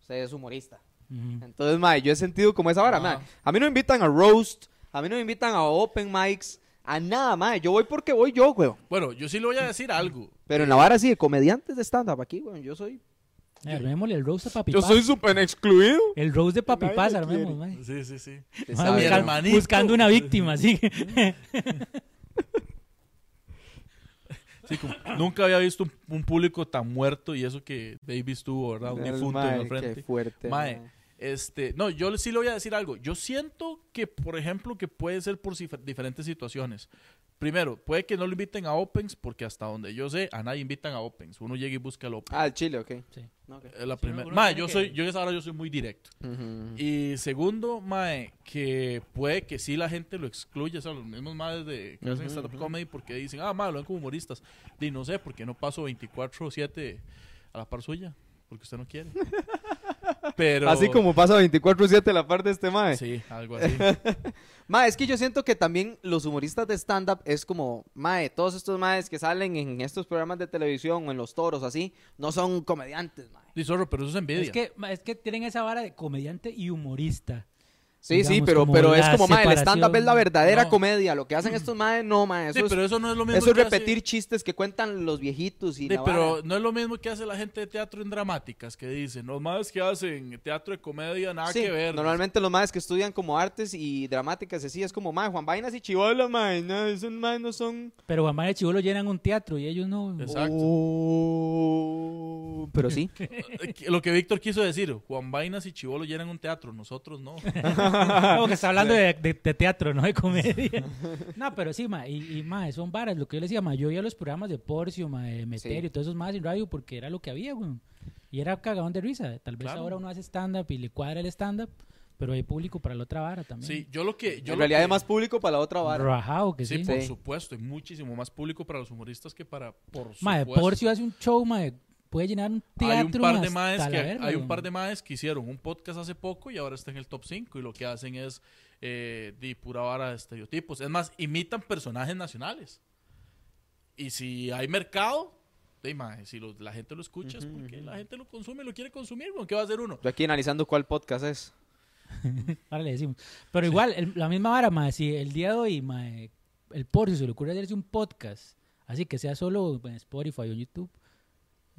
S5: Usted es humorista.
S2: Ujú.
S5: Entonces, mae, yo he sentido como esa vara,
S1: Ajá.
S5: mae. A mí no me invitan a roast, a mí no me invitan a open mics, a nada, mae. Yo voy porque voy yo, weón.
S1: Bueno, yo sí le voy a decir algo.
S5: Pero en la vara sí, de comediantes de stand-up aquí, weón, yo soy...
S2: Eh, Armémosle el roast a Papi Paz.
S5: súper excluido.
S2: El roast de Papi
S5: Nadie
S2: Paz,
S5: lo
S2: armemos,
S5: quiere.
S2: mae.
S1: Sí, sí, sí.
S5: Te
S2: Mae,
S1: Está bien,
S2: buscan-
S5: sabieron.
S1: hermanito.
S2: buscando una víctima, sí.
S1: Sí, como- nunca había visto un, un público tan muerto y eso que Baby estuvo, ¿verdad? Un
S5: Del
S1: difunto
S5: mae,
S1: en la
S5: Qué
S1: frente.
S5: fuerte,
S1: Mae,
S5: mae.
S1: este, no, yo sí le voy a decir algo. Yo siento que, por ejemplo, que puede ser por sif- diferentes situaciones. Primero, puede que no lo inviten a Opens porque hasta donde yo sé, a nadie invitan a Opens. Uno llega y busca el Opens.
S5: Ah, el chile, ok.
S2: Sí.
S5: No, ok.
S1: Es eh, la
S2: Sí,
S1: primera.
S2: uno
S1: Mae,
S2: tiene
S1: yo
S2: que-
S1: soy, yo en esa hora yo soy muy directo.
S5: Ujú.
S1: Y segundo, mae, que puede que sí la gente lo excluya, o sea, los mismos madres de, que hacen
S5: Ujú,
S1: stand-up
S5: ujú.
S1: comedy porque dicen, ah, mae, lo ven como humoristas. Y no sé, porque no paso 24 o 7 a la par suya, porque usted no quiere. Pero...
S5: Así como pasa 24-7 la parte de este mae.
S1: Sí, algo así.
S5: Mae, es que yo siento que también los humoristas de stand-up es como, mae, todos estos maes que salen en estos programas de televisión o en los toros, así, no son comediantes, mae.
S1: Di, zorro, pero eso es envidia.
S2: Es que, ma, es que tienen esa vara de comediante y humorista.
S5: Sí, sí,
S2: Digamos,
S5: pero,
S2: como
S5: pero es
S2: la
S5: como, mae, el
S2: separación.
S5: stand-up es la verdadera
S1: No.
S5: comedia. Lo que hacen estos maes, no, mae, eso
S1: Sí,
S5: es,
S1: pero eso no es lo mismo
S5: eso es
S1: que hace-
S5: repetir chistes que cuentan los viejitos y
S1: Di,
S5: la
S1: pero
S5: vara.
S1: no es lo mismo que hace la gente de teatro en dramáticas, que dicen, los madres que hacen teatro de comedia, nada
S5: Sí,
S1: que ver.
S5: normalmente los maes que estudian como artes y dramáticas, así, es como, mae, Juan Vainas y Chivola, mae, no, esos maes no son...
S2: Pero Juan Manuel Chivolo llenan un teatro y ellos no.
S1: Es- Exacto.
S5: Oh, pero sí.
S1: Eh, que- Lo que Víctor quiso decir, Juan Vainas y Chivolo llenan un teatro, nosotros no.
S2: Como que está hablando de, de- de teatro, no de comedia. no, pero sí, ma, y, y ma, son varas. Lo que yo les decía, ma, yo veía los programas de Porcio, ma, de Meterio,
S5: Sí.
S2: todos esos más en radio porque era lo que había, güey. Y era cagadón de risa. Tal vez
S1: Claro.
S2: ahora uno hace stand-up y le cuadra el stand-up, pero hay público para la otra vara también.
S1: Sí, yo lo que... Yo
S5: en
S1: lo
S5: realidad
S1: que-
S5: hay más público para la otra vara.
S2: Rajado que
S1: Sí,
S2: sí.
S1: por
S5: Sí.
S1: supuesto. Hay muchísimo más público para los humoristas que para... Por
S2: Ma, de
S1: supuesto.
S2: Porcio hace un show, ma, de puede llenar un teatro.
S1: Hay un, par de
S2: hasta
S1: maes
S2: la
S1: que,
S2: verga,
S1: hay un
S2: weón.
S1: par de maes que hicieron un podcast hace poco y ahora está en el top 5 y lo que hacen es eh, di pura vara de estereotipos. Es más, imitan personajes nacionales. Y si hay mercado, de maes, si lo- la gente lo escucha es
S5: Ujú,
S1: porque
S5: ujú.
S1: la gente lo consume, lo quiere consumir, ¿con qué va a hacer uno?
S5: Yo aquí analizando cuál podcast es.
S2: Ahora le decimos. Pero igual, el- la misma vara, mae, si el día de hoy, mae, el Porcio se le ocurre hacerse un podcast, así que sea solo en Spotify o en YouTube,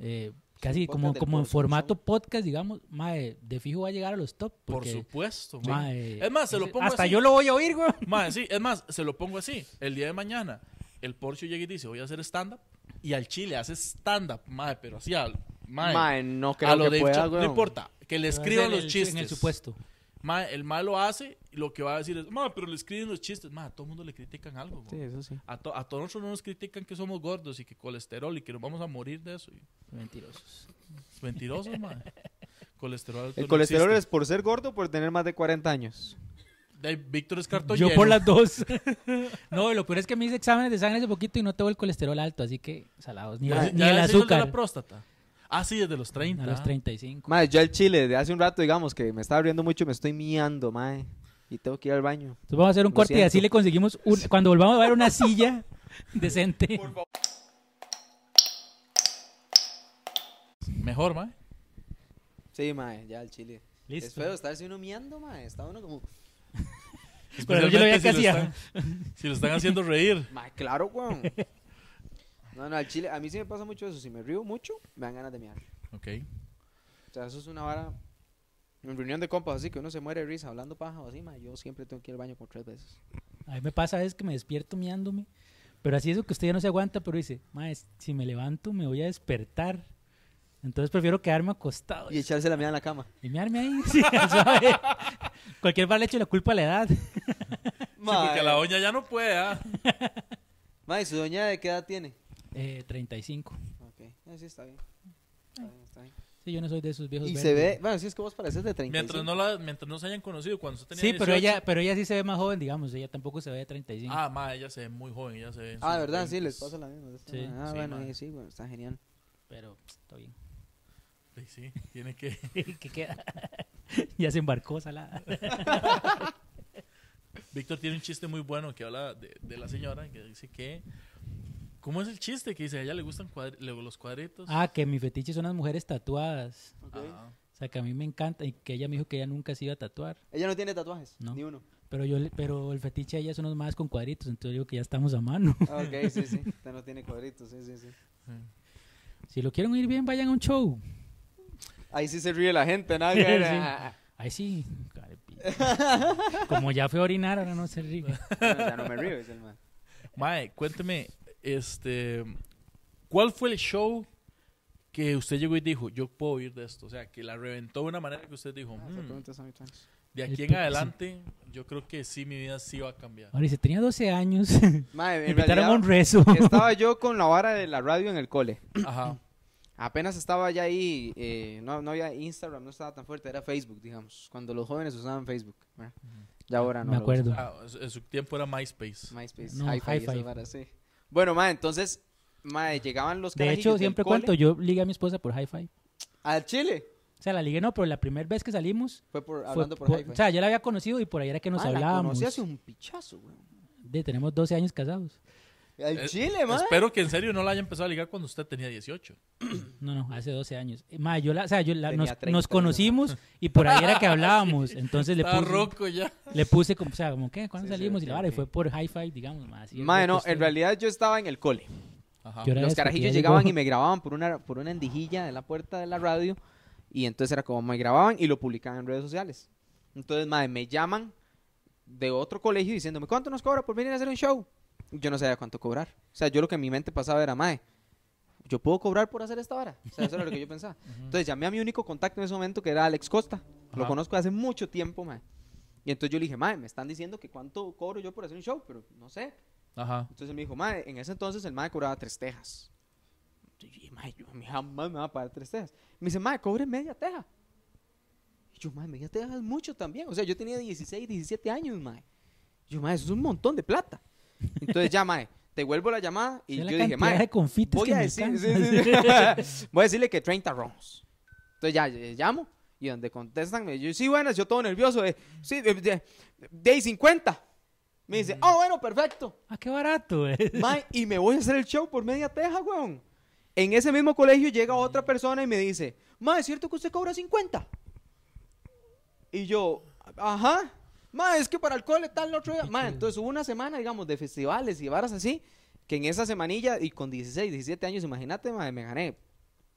S2: eh, casi
S5: podcast
S2: como,
S5: del
S2: como en
S5: Porcio,
S2: formato
S5: son-
S2: podcast, digamos, mae, de fijo va a llegar a los top.
S1: Por
S2: porque,
S1: supuesto. mae.
S2: mae,
S1: Es más, se lo pongo
S2: Hasta
S1: así.
S2: yo lo voy a oír, güey.
S1: Mae, sí, es más, se lo pongo así. El día de mañana, el Porsche llega y dice, voy a hacer stand-up. Y al Chile hace stand-up, mae, pero así al... Mae,
S5: Mae, no creo
S1: a lo
S5: que
S1: Dave
S5: pueda,
S1: Chappelle,
S5: weón.
S1: No importa, que le escriban
S2: En
S1: los
S2: el-
S1: chistes.
S2: En el supuesto.
S1: Mae, el mal lo hace y lo que va a decir es, mae, pero le escriben los chistes. Mae, a todo mundo le critican algo.
S5: Sí,
S1: weón.
S5: eso sí.
S1: A, to- a todos nosotros nos critican que somos gordos y que colesterol y que nos vamos a morir de eso. Y
S2: Mentirosos.
S1: mentirosos, mae. Colesterol alto
S5: El
S1: no
S5: colesterol es
S1: existe.
S5: por ser gordo o por tener más de 40 años.
S1: De Víctor Escarto
S2: Yo por las dos. no, lo peor es que me hice exámenes de sangre hace poquito y no tengo el colesterol alto, así que salados. Ni, el- ni el
S1: De
S2: azúcar.
S1: la próstata. Ah, sí, desde los 30.
S2: A los 35.
S5: Mae, yo el chile de hace un rato, digamos, que me estaba abriendo mucho y me estoy miando, mae. Y tengo que ir al baño.
S2: Entonces vamos a hacer un
S5: Lo
S2: corte y así
S5: siento.
S2: le conseguimos un- cuando volvamos a ver una silla decente.
S1: Mejor, mae.
S5: Sí, mae, ya el chile. Es
S2: Listo.
S5: feo estarse uno miando, mae. Está uno como...
S2: Pues, Pero yo lo veía
S1: Especialmente
S2: que
S1: si lo
S2: hacía.
S1: están- Si lo están haciendo reír.
S5: Mae, claro, weón. No, no, al chile, a mí sí me pasa mucho eso. Si me río mucho, me dan ganas de miar.
S1: Ok.
S5: O sea, eso es una vara... En reunión de compas, así que uno se muere de risa hablando paja o así, mae. Yo siempre tengo que ir al baño como tres veces.
S2: A mí me pasa es que me despierto miándome. Pero así es que usted ya no se aguanta, pero dice, "Mae, si me levanto me voy a despertar. Entonces prefiero quedarme acostado
S5: Y echarse la mía en la cama.
S2: y mearme ahí. sí, suave. Cualquier bar le echo la culpa a la edad.
S1: Sí, porque
S5: eh.
S1: la doña ya no puede, ah.
S5: Mae, ¿su doña de qué edad tiene?
S2: Eh, 35.
S5: Ok, así está bien. Está bien, está bien.
S2: Sí, yo no soy de esos viejos.
S5: Y
S2: verdes.
S5: se ve, bueno, si es que vos pareces de 30.
S1: Mientras no, la, mientras no se hayan conocido, cuando usted tenía
S2: Sí, pero
S1: 18.
S2: ella, pero ella sí se ve más joven, digamos. Ella tampoco se ve de 35.
S1: Ah, ma, ella se ve muy joven, ella se ve. en
S5: Ah,
S1: sus
S5: ¿verdad? Sí,
S1: 20s.
S5: les pasa la misma. les pasa
S2: Sí,
S5: la misma. Ah,
S1: sí,
S5: bueno,
S1: man.
S5: ahí sí, bueno, está genial.
S2: Pero pss, está bien.
S1: Sí, sí, tiene que.
S2: ¿Qué queda? ya se embarcó, salada.
S1: Víctor tiene un chiste muy bueno que habla de, de la señora que dice que. ¿Cómo es el chiste? Que dice, a ella le gustan cuadri- le- los cuadritos. Ah.
S2: Ah, que mi fetiche son las mujeres tatuadas.
S1: Ajá.
S2: O sea, que a mí me encanta y que ella me dijo que ella nunca se iba a tatuar.
S5: Ella no tiene tatuajes,
S2: No.
S5: ni uno.
S2: Pero yo, le- pero el fetiche de ella son los más con cuadritos, entonces digo que ya estamos a mano.
S5: Ah, ok, sí, sí. Usted no tiene cuadritos, sí, sí, sí.
S2: Si lo quieren ir bien, vayan a un show.
S5: Ahí sí se ríe la gente, nada
S2: Sí.
S5: que ver. ah,
S2: Ahí sí. carepi. Como ya fue a orinar, ahora no se ríe.
S5: ah, ah. No, ya no me río, dice el man.
S1: Mae, cuénteme, este. ¿Cuál fue el show que usted llegó y dijo, yo puedo vivir de esto? O sea, que la reventó de una manera que usted dijo,
S5: Ah,
S1: "Mm,
S5: esas preguntas a mí también.
S1: de
S2: El
S1: aquí en
S2: pe-
S1: adelante, yo creo que sí, mi vida sí va a cambiar.
S2: Ahora dice, tenía 12 años.
S5: Mae,
S2: Me
S5: en
S2: invitaron a un
S5: realidad,
S2: rezo.
S5: estaba yo con la vara de la radio en el cole.
S1: Ajá.
S5: Apenas estaba ya ahí, eh, no, no había Instagram, no estaba tan fuerte, era Facebook, digamos. Cuando los jóvenes usaban Facebook. ¿verdad? Ya ahora no.
S2: me
S5: lo usan.
S2: acuerdo.
S1: Ah, en su- en su tiempo era MySpace.
S5: MySpace,
S2: No,
S5: Hi-Fi,
S2: Hi-Fi.
S5: esas varas, sí. Bueno, mae, entonces, mae, llegaban los
S2: De
S5: carajillos
S2: hecho,
S5: del
S2: siempre
S5: cole
S2: cuento, yo ligué a mi esposa por hi-fi.
S5: Al Chile.
S2: O sea, la ligué no, pero la primera vez que salimos...
S5: Fue por,
S2: fue
S5: hablando por,
S2: por-
S5: Hi-Fi.
S2: o sea, yo la había conocido y por ahí era que nos
S5: Ah, la
S2: hablábamos.
S5: conocí hace un pichazo, güey.
S2: De, tenemos 12 años casados.
S5: Al
S1: Eh,
S5: Chile, mae.
S1: Espero que en serio no la haya empezado a ligar cuando usted tenía 18.
S2: No, no, hace 12 años. Eh, ma, yo la, o sea, yo la-
S5: Tenía
S2: nos,
S5: 30
S2: nos conocimos y por ahí era que hablábamos. Entonces le
S1: Está
S2: puse,
S1: roco ya.
S2: le puse como, o sea, como, ¿qué? ¿Cuándo
S5: Sí, sí,
S2: salimos? y la
S5: ok,
S2: vara, y
S5: ok.
S2: fue por hi-fi, digamos. Ma, así es
S5: Mae,
S2: loco
S5: no,
S2: esto.
S5: en realidad yo estaba en el cole.
S1: Ajá.
S2: Yo era
S5: Los
S2: de
S5: carajillos
S2: que ya
S5: llegaban
S2: llegó.
S5: y me grababan por una, por una endijilla de la puerta de la radio. Y entonces era como me grababan y lo publicaban en redes sociales. Entonces, madre, me llaman de otro colegio diciéndome, ¿cuánto nos cobra por venir a hacer un show? Yo no sabía cuánto cobrar. O sea, yo lo que en mi mente pasaba era, madre, ¿yo puedo cobrar por hacer esta hora? O sea, eso era lo que yo pensaba. Entonces llamé a mi único contacto en ese momento, que era Alex Costa. Lo
S1: Ajá.
S5: conozco hace mucho tiempo, madre. Y entonces yo le dije, madre, me están diciendo que cuánto cobro yo por hacer un show, pero no sé.
S1: Ajá.
S5: Entonces él me dijo, mae, en ese entonces el mae cobraba tres tejas. Y yo dije, mae, yo a mí jamás me va a pagar tres tejas. Me dice, mae, cobre media teja. Y yo, mae, media teja es mucho también. O sea, yo tenía 16, 17 años, mae. Y yo, mae, eso es un montón de plata. Entonces ya, mae, te vuelvo la llamada y
S2: Sé la
S5: yo dije,
S2: cantidad
S5: mae,
S2: de confites
S5: voy
S2: que
S5: a
S2: me
S5: decir, sí,
S2: alcanzan.
S5: sí, sí. voy a decirle que 30 rounds. Entonces ya eh, llamo y donde contestan, me yo sí, buenas, yo todo nervioso, eh, sí, de, de, de 50. Me dice, oh, bueno, perfecto.
S2: Ah, qué barato, güey.
S5: Mae, y me voy a hacer el show por media teja, weón. En ese mismo colegio llega otra persona y me dice, Mae, ¿es cierto que usted cobra 50? Y yo, ajá. Mae, es que para el cole tal, lo otro día. Mae, entonces hubo una semana, digamos, de festivales y varas así, que en esa semanilla, y con 16, 17 años, imagínate, mae, me gané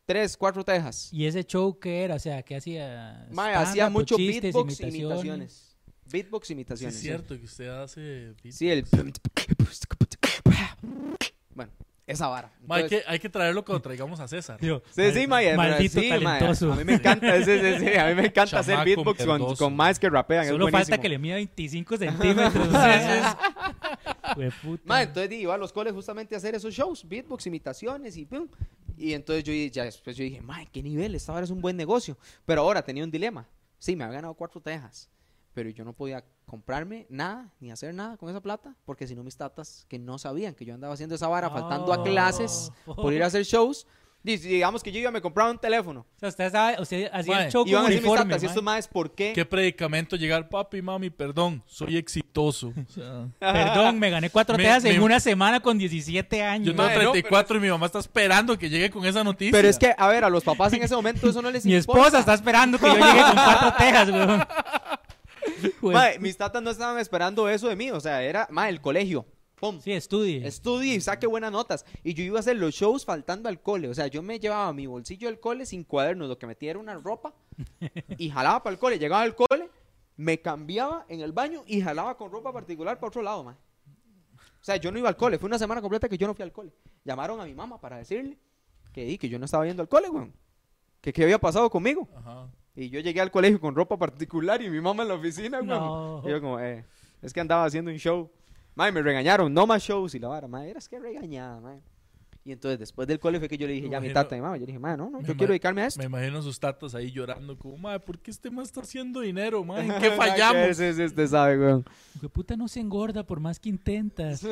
S5: 3, 4 tejas.
S2: ¿Y ese show qué era? O sea, ¿qué hacía?
S5: Mae,
S2: Stand-up
S5: hacía
S2: o
S5: mucho
S2: chistes,
S5: beatbox, imitaciones. Beatbox,
S1: Sí,
S5: imitaciones.
S1: es
S5: sí.
S1: cierto que usted hace.
S5: Sí, el... Bueno, esa vara.
S1: Ma, hay,
S5: Entonces-
S1: que, hay que traerlo cuando traigamos a César.
S2: Yo,
S5: Sí, sí, mae,
S2: Maldito
S5: sí, mae,
S2: talentoso.
S5: A mí me encanta, sí, sí, sí, a mí me encanta hacer
S1: Chamaco
S5: beatbox con,
S1: mierdoso.
S5: con maes que rapean.
S2: Solo
S5: es
S2: falta
S5: buenísimo.
S2: que le mida 25 centímetros. Güey, puta.
S5: Mae, entonces di, iba a los coles justamente a hacer esos shows, beatbox, imitaciones y pum. Y entonces yo, di- ya después yo dije, mae, qué nivel, esta vara es un buen negocio. Pero ahora tenía un dilema. Sí, me había ganado cuatro tejas, pero yo no podía comprarme nada ni hacer nada con esa plata, porque si no mis tatas, que no sabían que yo andaba haciendo esa vara, faltando a
S2: Oh.
S5: clases por ir a hacer shows, di- digamos que yo iba me compraba un teléfono.
S2: O sea, usted, sabe- usted hacía
S1: Mae,
S2: el show
S5: Iban
S2: con
S5: a decir mis
S2: uniforme.
S5: tatas, y
S2: mae.
S5: estos maes, ¿por qué?
S1: Qué predicamento llegar, papi, mami, perdón, soy exitoso. O sea,
S2: Perdón, me gané cuatro
S1: Me-
S2: tejas en
S1: me-
S2: una semana con 17 años.
S1: yo tengo
S5: Mae, no,
S1: 34 y mi mamá está esperando que llegue con esa noticia.
S5: Pero es que, a ver, a los papás en ese momento eso no les
S2: Mi
S5: importa.
S2: esposa está esperando que yo llegue con cuatro tejas, weón. Güey,
S5: Mae, mis tatas no estaban esperando eso de mí. O sea, era, mae, el colegio. Pum.
S2: Sí, estudie.
S5: Estudie y saque buenas notas. Y yo iba a hacer los shows faltando al cole. O sea, yo me llevaba mi bolsillo del cole sin cuadernos. Lo que metía era una ropa y jalaba para el cole. Llegaba al cole, me cambiaba en el baño y jalaba con ropa particular para otro lado, mae. O sea, yo no iba al cole. Fue una semana completa que yo no fui al cole. Llamaron a mi mamá para decirle que, di, que yo no estaba yendo al cole, weón. Que qué había pasado conmigo.
S1: Ajá.
S5: Y yo llegué al colegio con ropa particular y mi mamá en la oficina, güey.
S2: No.
S5: Y yo como, eh, es que andaba haciendo un show. Mae, me regañaron, no más shows y la vara, mae, eras que regañada, mae. Y entonces después del colegio fue que yo le dije, ya, mi
S1: Imagino-
S5: tata y mi mamá, yo le dije, mae, no, no,
S1: Me
S5: yo
S1: ima-
S5: quiero dedicarme a esto.
S1: Me imagino sus tatas ahí llorando, como, madre, ¿por qué este más está haciendo dinero, madre? ¿En qué fallamos?
S5: sí, sí, usted sabe, güey.
S2: Hijo de puta no se engorda por más que intentas.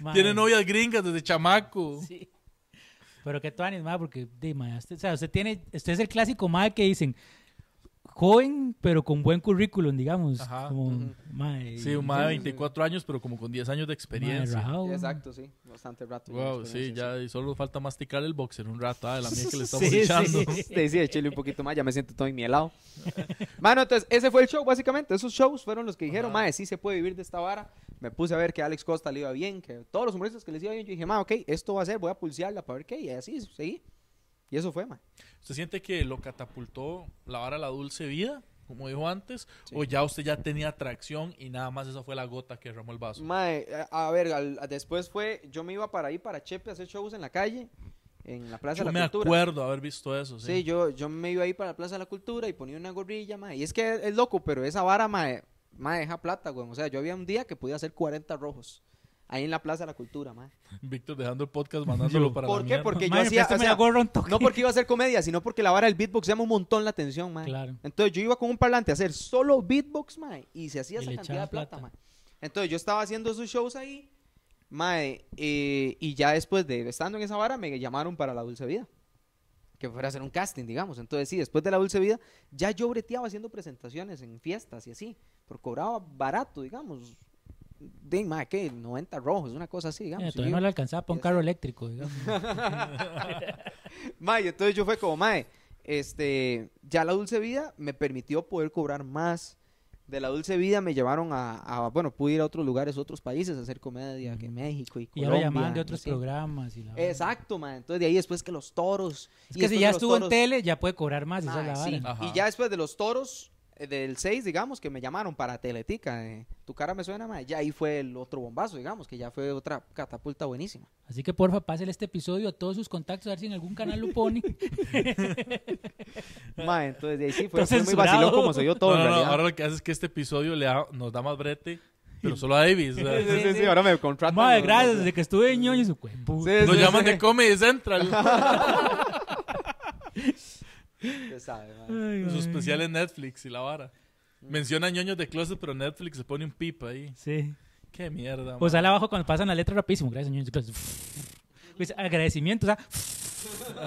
S2: Mae.
S1: Tiene novias gringas desde chamaco.
S2: Sí. Pero que tú animas, porque, di, mae, usted, o sea, usted tiene, usted es el clásico mae que dicen, joven, pero con buen currículum, digamos.
S1: Ajá.
S2: Como,
S5: Ujú.
S2: mae,
S1: Sí, un mae de
S5: sí, sí.
S1: 24 años, pero como con 10 años de experiencia.
S2: mae, rajado.
S5: Exacto, sí, bastante rato.
S1: Wow, sí, ya y solo falta masticar el boxer un rato. Ah, la mía que le estamos
S2: Sí,
S1: echando.
S2: sí.
S5: Te decía, chile un poquito más, ya me siento todo enmielado. Mano, entonces, ese fue el show, básicamente. Esos shows fueron los que dijeron,
S1: Ajá.
S5: mae, sí se puede vivir de esta vara. Me puse a ver que a Alex Costa le iba bien, que todos los humoristas que les iba bien. Yo dije, mae, ok, esto va a ser, voy a pulsearla para ver qué. Y así seguí. Y eso fue, mae.
S1: ¿Usted siente que lo catapultó la vara a la dulce vida, como dijo antes?
S5: Sí.
S1: ¿O ya usted ya tenía atracción y nada más esa fue la gota que derramó el vaso?
S5: Mae, a, a ver, al- a- después fue, yo me iba para ahí, para Chepe, a hacer shows en la calle, en la Plaza
S1: Yo
S5: de
S1: me
S5: la Cultura.
S1: acuerdo haber visto eso, sí.
S5: Sí, yo, yo me iba ahí para la Plaza de la Cultura y ponía una gorrilla, mae. Y es que es loco, pero esa vara, mae, mae, deja plata, güey. O sea, yo había un día que podía hacer 40 rojos. Ahí en la Plaza de la Cultura, mae.
S1: Víctor dejando el podcast, mandándolo
S2: Yo.
S1: para
S5: ¿Por
S1: la
S5: qué?
S1: mierda.
S5: Porque yo
S2: Mae, este
S5: hacía-
S2: préstame
S5: o sea,
S2: la gorra un toque.
S5: No porque iba a hacer comedia, sino porque la vara del beatbox llama un montón la atención, mae.
S2: Claro.
S5: Entonces yo iba con un parlante a hacer solo beatbox, mae, y se hacía
S2: Y
S5: esa
S2: le
S5: cantidad
S2: echaban
S5: de plata,
S2: plata.
S5: mae. Entonces yo estaba haciendo esos shows ahí, mae, eh, y ya después de estando en esa vara me llamaron para La Dulce Vida, que fuera a hacer un casting, digamos. Entonces sí, después de La Dulce Vida ya yo breteaba haciendo presentaciones en fiestas y así, pero cobraba barato, digamos. De, mae, ¿qué? 90 rojos, una cosa así, digamos.
S2: Eh,
S5: Y
S2: todavía
S5: yo-
S2: no le alcanzaba para un carro eléctrico, digamos.
S5: Mae, entonces yo fue como, mae, este, ya la dulce vida me permitió poder cobrar más. De la dulce vida me llevaron a, a, bueno, pude ir a otros lugares, otros países, a hacer comedia, que
S2: Ujú.
S5: México y
S2: Y
S5: Colombia.
S2: ya lo llamaban de otros
S5: y así.
S2: programas. Y la vara.
S5: Exacto, mae. Entonces de ahí después que los toros.
S2: Es que
S5: y después
S2: si ya
S5: de los
S2: estuvo en
S5: toros-
S2: tele, ya puede cobrar más. esa es la
S5: Mae, sí.
S2: vara.
S1: Ajá.
S5: Y ya después de los toros, eh, del 6, digamos, que me llamaron para Teletica, eh, tu cara me suena, mae. Ya ahí fue el otro bombazo, digamos, que ya fue otra catapulta buenísima.
S2: Así que porfa, pásenle este episodio a todos sus contactos, a ver si en algún canal lo ponen.
S5: Mae, entonces de ahí sí fue,
S2: Todo
S5: fue muy
S2: censurado.
S5: vacilón como soy yo todo
S1: No,
S5: en
S1: no, no,
S5: realidad.
S1: ahora lo que hace es que este episodio le da- nos da más brete, pero solo a Davis. o sea,
S5: Sí, sí, sí, ahora me contratan.
S2: Madre,
S5: ¿no?
S2: gracias, desde que estuve en ñoño, su cuerpo.
S5: Sí,
S1: Nos
S5: sí,
S1: llaman
S5: sí.
S1: de Comedy Central.
S5: Usted sabe, madre.
S1: Sus especiales Netflix y la vara. Menciona ñoños de closet, pero Netflix se pone un pipa ahí.
S2: Sí.
S1: Qué mierda.
S2: O
S1: mae.
S2: sale abajo cuando pasan la letra rapidísimo. Gracias, ñoños de Closet. Pues, agradecimiento, o sea.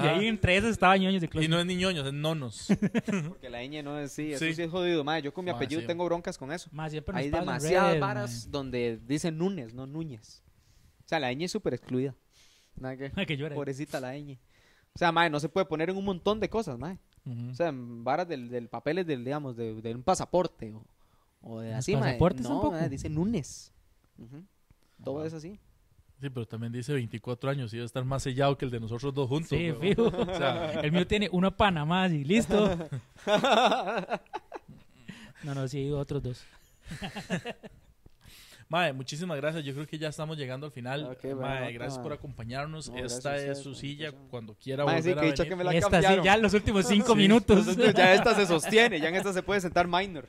S2: Y ahí entre esas estaba ñoños de
S1: Ah. y
S2: Closet.
S1: no es niñoños, es nonos.
S3: Porque la ñ no es sí, eso
S1: Sí.
S3: sí, es jodido, mae. Yo con mi
S1: Mae,
S3: apellido
S1: sí.
S3: tengo broncas con eso.
S2: Más siempre nos
S3: Hay
S2: pasa en
S3: demasiadas
S2: redes,
S3: varas donde dicen Núñez, no Núñez. O sea, la ñ es súper excluida. Nada que-
S2: mae. Que llora.
S3: Pobrecita la ñ. O sea, mae, no se puede poner en un montón de cosas, mae.
S1: Ujú.
S3: O sea, en varas del, del papeles del, digamos, de, de un pasaporte o, o de
S2: ¿Los
S3: así, mae.
S2: pasaportes
S3: No,
S2: tampoco?
S3: mae, dice Núñez. Ujú. Todo
S1: Ajá.
S3: es así.
S1: Sí, pero también dice 24 años y debe estar más sellado que el de nosotros dos juntos.
S2: Sí,
S1: huevón.
S2: fijo.
S1: O sea,
S2: El mío tiene una pana más y listo. No, no, sí, otros dos.
S1: Mae, muchísimas gracias. Yo creo que ya estamos llegando al final.
S3: Ok, bueno,
S1: mae,
S3: nota,
S1: gracias
S3: mae.
S1: por acompañarnos.
S3: No,
S1: Esta
S3: gracias a
S1: es
S3: ustedes
S1: su
S3: por la
S1: silla
S3: invitación.
S1: cuando quiera
S3: Mae, sí,
S1: volver a
S3: que he dicho
S1: venir.
S3: que me la
S2: Esta sí,
S3: cambiaron.
S2: ya los últimos cinco
S1: Sí,
S2: minutos.
S3: Entonces, ya esta se sostiene, ya en esta se puede sentar minor.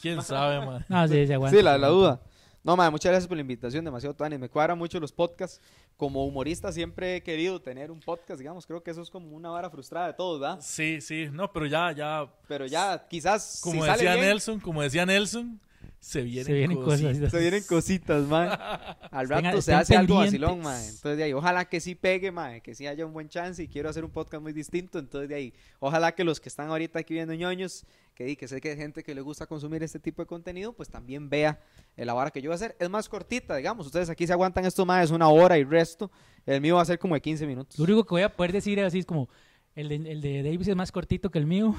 S1: ¿Quién sabe, mae?
S2: No, sí, se aguanta.
S3: Sí, la, la duda. No, madre, muchas gracias por la invitación, demasiado tuanis. Me cuadra mucho los podcasts. Como humorista siempre he querido tener un podcast, digamos. Creo que eso es como una vara frustrada de todos, ¿verdad?
S1: Sí, sí. No, pero ya, ya.
S3: Pero ya, quizás,
S1: Como
S3: si sale
S1: decía
S3: bien,
S1: Nelson, como decía Nelson, se vienen,
S2: Se vienen cosas.
S1: cositas.
S3: se vienen cositas, madre. Al
S2: Estén-
S3: rato se
S2: estén
S3: hace algo
S2: pendientes.
S3: vacilón, madre. Entonces, de ahí, ojalá que sí pegue, madre, que sí haya un buen chance y quiero hacer un podcast muy distinto. Entonces, de ahí, ojalá que los que están ahorita aquí viendo ñoños, que, di, que sé que hay gente que le gusta consumir este tipo de contenido, pues también vea eh, la vara que yo voy a hacer. Es más cortita, digamos. Ustedes aquí se aguantan esto, madre, es una hora y resto. El mío va a ser como de 15 minutos.
S2: Lo único que voy a poder decir así es como, el de, el de Davis es más cortito que el mío.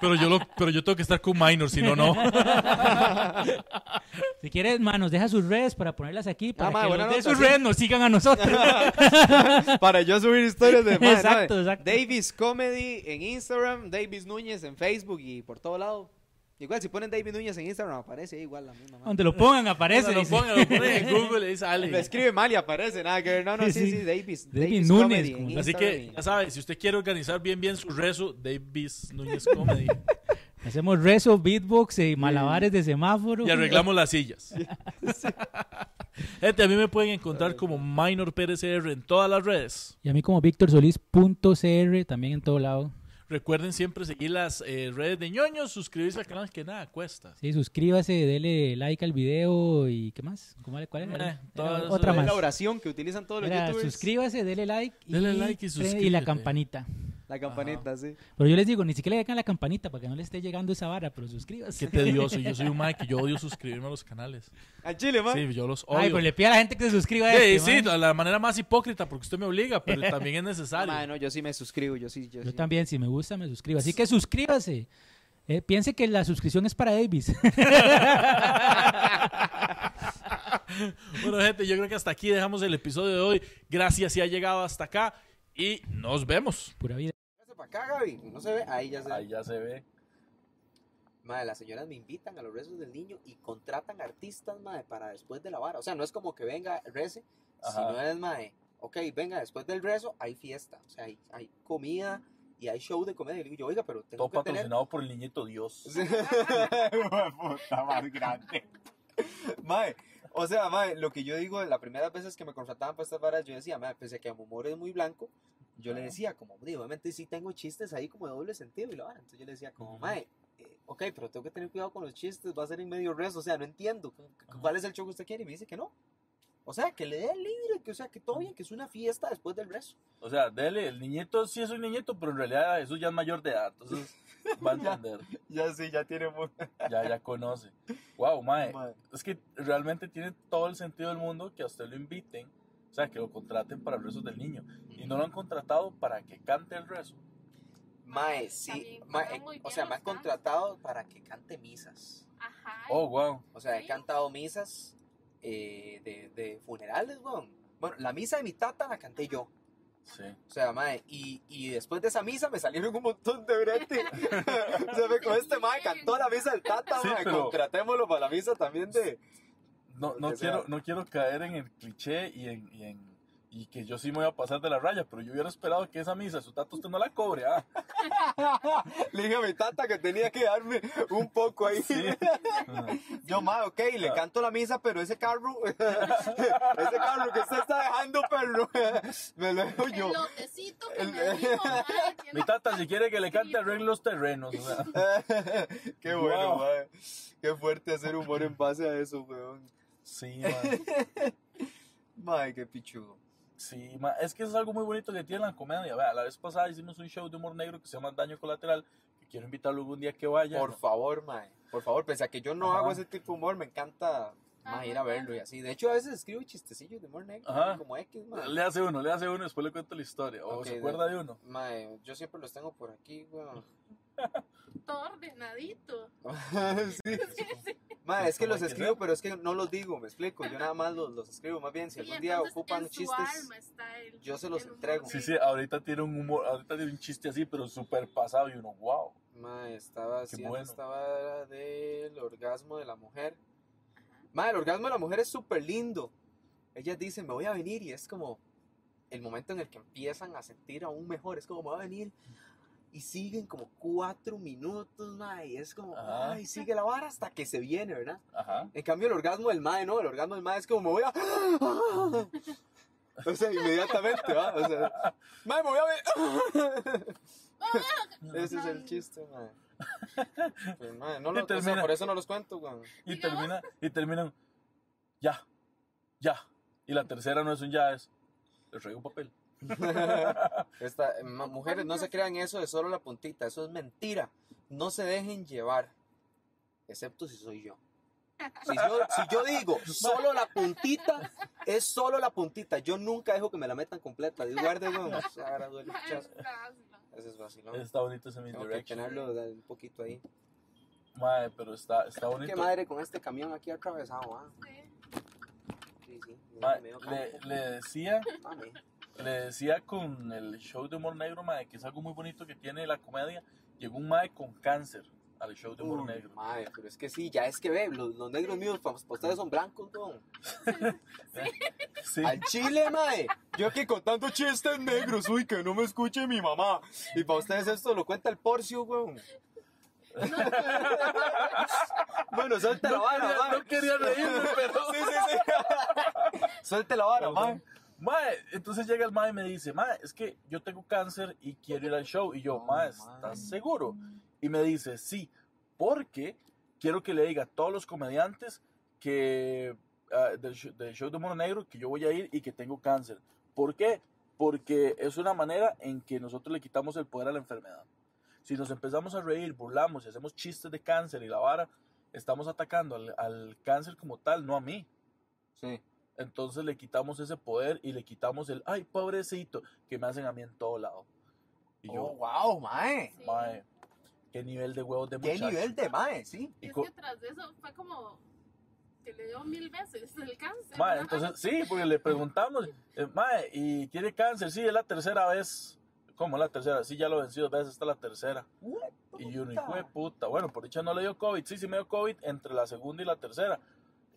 S1: Pero yo, lo, pero yo tengo que estar con Minor, si no, no.
S2: Si quieres, manos, deja sus redes para ponerlas aquí,
S1: Ah,
S2: para
S3: ma,
S2: que
S3: buena
S2: los de
S3: nota,
S2: sus
S3: sí.
S2: redes nos sigan a nosotros.
S3: Para yo subir historias de madre,
S2: Exacto,
S3: ¿no?
S2: exacto.
S3: Davis Comedy en Instagram, Davis Núñez en Facebook y por todo lado. Igual, si ponen Davis Núñez en Instagram, aparece ahí igual la misma. madre.
S2: Donde lo pongan, aparece.
S1: lo
S2: dice.
S1: pongan, lo ponen en Google y sale.
S3: Lo escribe mal y aparece, nada que ver. No, no,
S2: Sí,
S3: sí,
S2: sí.
S3: sí, Davis.
S2: Davis
S3: Davis
S2: Nunes,
S3: Comedy
S2: como
S3: en
S2: la-
S1: Así
S3: Instagram
S1: que,
S3: y-
S1: ya sabes, si usted quiere organizar bien bien su rezo, Davis Núñez Comedy.
S2: Hacemos rezo, beatbox y malabares de semáforo.
S1: y arreglamos las sillas. Gente, a mí me pueden encontrar como Minor Pérez R en todas las redes.
S2: Y a mí como victorsolis.cr también en todo lado.
S1: Recuerden siempre seguir las eh, redes de ñoños, suscribirse al canal que nada cuesta.
S2: Sí, suscríbase, dele like al video y ¿qué más? ¿Cómo era? ¿Cuál era?
S1: Eh,
S2: Era
S1: todo eso
S2: otra
S1: de
S2: más.
S3: Es la oración que utilizan todos los
S2: Era
S3: youtubers.
S2: suscríbase, dele like.
S1: Dele like y
S2: Y
S1: suscríbete.
S2: la campanita.
S3: La campanita, sí.
S2: Pero yo les digo, ni siquiera le dejan la campanita para que no le esté llegando esa vara, pero suscríbase.
S1: Qué tedioso. Yo soy un mae que yo odio suscribirme a los canales.
S3: Al chile, man.
S1: Sí, yo los odio.
S2: Ay, pero le pide a la gente que se suscriba a
S1: Sí,
S2: este,
S1: sí,
S2: man.
S1: de la manera más hipócrita, porque usted me obliga, pero también es
S3: Ah,
S1: necesario.
S3: madre, no, yo sí me suscribo, yo sí. Yo,
S2: Yo
S3: sí.
S2: también, si me gusta, me suscribo. Así que suscríbase. Eh, piense que la suscripción es para Davis.
S1: Bueno, gente, yo creo que hasta aquí dejamos el episodio de hoy. Gracias si ha llegado hasta acá y nos vemos.
S2: Pura vida.
S3: Hágase pa' acá, Gaby. No se ve. Ahí ya se ve.
S1: ya se ve.
S3: Madre, las señoras me invitan a los rezos del niño y contratan artistas, madre, para después de la vara. O sea, no es como que venga, rece,
S1: Ajá.
S3: sino es, madre, ok, venga, después del rezo hay fiesta. O sea, hay, hay comida y hay show de comedia. Y le digo yo, oiga, pero tengo que tener...
S1: por el niñito Dios.
S3: puta más grande. Mae, o sea, mae, lo que yo digo, la primera vez que me contrataban para estas varas, yo decía, mae, pues, pese a que mi humor es muy blanco, yo le decía, como, digo, obviamente sí tengo chistes ahí como de doble sentido y la vara. Entonces yo le decía, como,
S1: Ujú.
S3: mae, eh, ok, pero tengo que tener cuidado con los chistes, va a ser en medio res, o sea, no entiendo, ¿cu- cu- ¿cuál es el show que usted quiere? Y me dice que no. O sea, que le dé libre, que, o sea, que todo bien, que es una fiesta después del rezo.
S6: O sea, dele, el niñito sí es un niñito, pero en realidad Jesús ya es mayor de edad, entonces va a entender,
S3: Ya sí, ya tiene muy...
S6: ya, ya conoce. Wow,
S3: Eh.
S6: mae, es que realmente tiene todo el sentido del mundo que a usted lo inviten, o sea, que lo contraten para el rezo del niño. Y no lo han contratado para que cante el rezo.
S3: Mae, sí.
S5: También
S3: mae,
S5: pagan
S3: eh,
S5: muy
S3: o
S5: bien
S3: sea,
S5: los
S3: me han
S5: fans.
S3: contratado para que cante misas.
S5: Ajá.
S6: Oh, wow.
S3: O sea, he
S5: Sí.
S3: cantado misas eh, de, de funerales, weón. Bueno, la misa de mi tata la canté yo.
S6: Sí.
S3: O sea, mae, y, y después de esa misa me salieron un montón de brete. o sea, me con este mae cantó la misa del tata,
S6: Sí,
S3: mae,
S6: pero-
S3: contratémoslo para la misa también de...
S6: No, no,
S3: O sea-
S6: quiero, no quiero caer en el cliché y en, y en,
S1: y que yo sí me voy a pasar de la raya, pero yo hubiera esperado que esa misa, su tato, usted no la cobre. ah.
S5: Le dije a mi tata que tenía que darme un poco ahí. Yo, ma, ok,
S6: Ah.
S5: le canto la misa, pero ese carro, ese carro que usted está dejando, perro, me lo dejo yo.
S7: El lotecito que
S5: El-
S7: me dijo, madre, que
S1: Mi
S7: no-
S1: tata, si quiere que le cante, arregle los terrenos. o sea.
S5: Qué bueno,
S1: Wow.
S5: mae. Qué fuerte hacer humor en base a eso, weón.
S1: Sí, mae.
S5: Mae, qué pichudo.
S1: Sí, ma, es que eso es algo muy bonito que tiene la comedia. Vea, la vez pasada hicimos un show de humor negro que se llama Daño Colateral, que quiero invitarlo algún día que vaya.
S5: Por favor, mae. Por favor, pese a que yo no
S1: Ajá.
S5: hago ese tipo de humor, me encanta mae, ir a verlo y así. De hecho, a veces escribo chistecillos de humor negro,
S1: Ajá.
S5: como X, mae.
S1: Le hace uno, le hace uno y después le cuento la historia. O
S5: Ok,
S1: se
S5: de-
S1: acuerda de uno.
S5: Mae, yo siempre los tengo por aquí, weón.
S7: todo ordenadito.
S5: sí.
S7: Sí, sí.
S5: Mae, es que
S1: Como
S5: los
S1: hay que
S5: escribo,
S1: ser.
S5: pero es que no los digo, me explico. Yo nada más los, los escribo. Más bien, si
S7: Sí,
S5: algún día
S7: entonces,
S5: ocupan
S7: en su
S5: chistes,
S7: alma está el-
S5: yo se los
S7: el humor
S5: entrego.
S1: Sí,
S7: negro.
S1: sí, ahorita tiene un humor, ahorita tiene un chiste así, pero súper pasado y uno, wow.
S5: Mae, estaba haciendo
S1: bueno.
S5: esta vara del orgasmo de la mujer. Mae, el orgasmo de la mujer es súper lindo. Ellas dicen, me voy a venir, y es como el momento en el que empiezan a sentir aún mejor. Es como, me voy a venir. Y siguen como cuatro minutos, mae. Y es como,
S1: Ajá.
S5: ay, sigue la vara hasta que se viene, ¿verdad?
S1: Ajá.
S5: En cambio, el orgasmo del mae, no, el orgasmo del mae es como, me voy a. O sea, inmediatamente, ¿va? O sea, mae, me voy a ver. Ese es el chiste, mae. Pues, mae, no
S1: Y
S5: lo, o sea,
S1: termina-
S5: por eso no los cuento, weón.
S1: Y
S7: No.
S1: termina, y terminan, ya, ya. Y la tercera no es un ya, es, le traigo un papel.
S5: Esta, eh, ma- mujeres, no se crean eso de solo la puntita, eso es mentira. No se dejen llevar, excepto si soy yo. Si yo, si yo digo solo la puntita, es solo la puntita. Yo nunca dejo que me la metan completa. Dios guarde, weón. O sea, ahora duele
S7: Ay,
S5: muchazo.
S7: fantasma.
S5: Ese es vacilón.
S1: Está bonito ese
S5: Tengo que
S1: misdirection.
S5: tenerlo de- un poquito ahí.
S1: Mae, pero está, está bonito.
S5: Qué madre con este camión aquí atravesado, ah.
S7: Sí.
S5: Sí, sí.
S1: Mae,
S5: medio
S1: le,
S5: campo.
S1: le decía
S5: Mami.
S1: Le decía con el show de humor negro, mae, que es algo muy bonito que tiene la comedia. Llegó un mae con cáncer al show de humor
S5: Uy,
S1: negro.
S5: madre, pero es que sí, ya es que ve, los, los negros míos, para ustedes son blancos, don.
S1: Sí,
S5: Al chile, mae. Yo aquí contando chistes negros, uy, que no me escuche mi mamá. Y para ustedes esto lo cuenta el porcio, weón. bueno, suelta la vara, mae.
S1: no quería reírme, pero.
S5: Sí, sí, sí. suelta la vara, mae.
S1: Mae, entonces llega el mae y me dice, mae, es que yo tengo cáncer y quiero ir al show. Y yo, mae, ¿estás seguro? Y me dice, sí, porque quiero que le diga a todos los comediantes que ah, del, sh- del show de Humor Negro que yo voy a ir y que tengo cáncer. ¿Por qué? Porque es una manera en que nosotros le quitamos el poder a la enfermedad. Si nos empezamos a reír, burlamos y hacemos chistes de cáncer y la vara, estamos atacando al, al cáncer como tal, no a mí.
S5: Sí.
S1: Entonces le quitamos ese poder y le quitamos el, ay, pobrecito, que me hacen a mí en todo lado. Y yo,
S5: Oh, wow, mae.
S7: Sí.
S1: mae, qué nivel de huevos de
S5: Qué
S1: muchacho.
S5: nivel de mae, sí.
S7: Y
S1: Y
S7: es
S1: co-
S7: que tras de eso fue como que le dio mil veces el cáncer.
S1: Mae,
S7: ¿no?
S1: entonces, sí, porque le preguntamos, eh, mae, ¿y tiene cáncer? Sí, es la tercera vez. ¿Cómo es la tercera? Sí, ya lo vencí dos veces, esta es la tercera. Y uno, hijo de puta, bueno, por dicha no le dio COVID. Sí, sí me dio COVID entre la segunda y la tercera.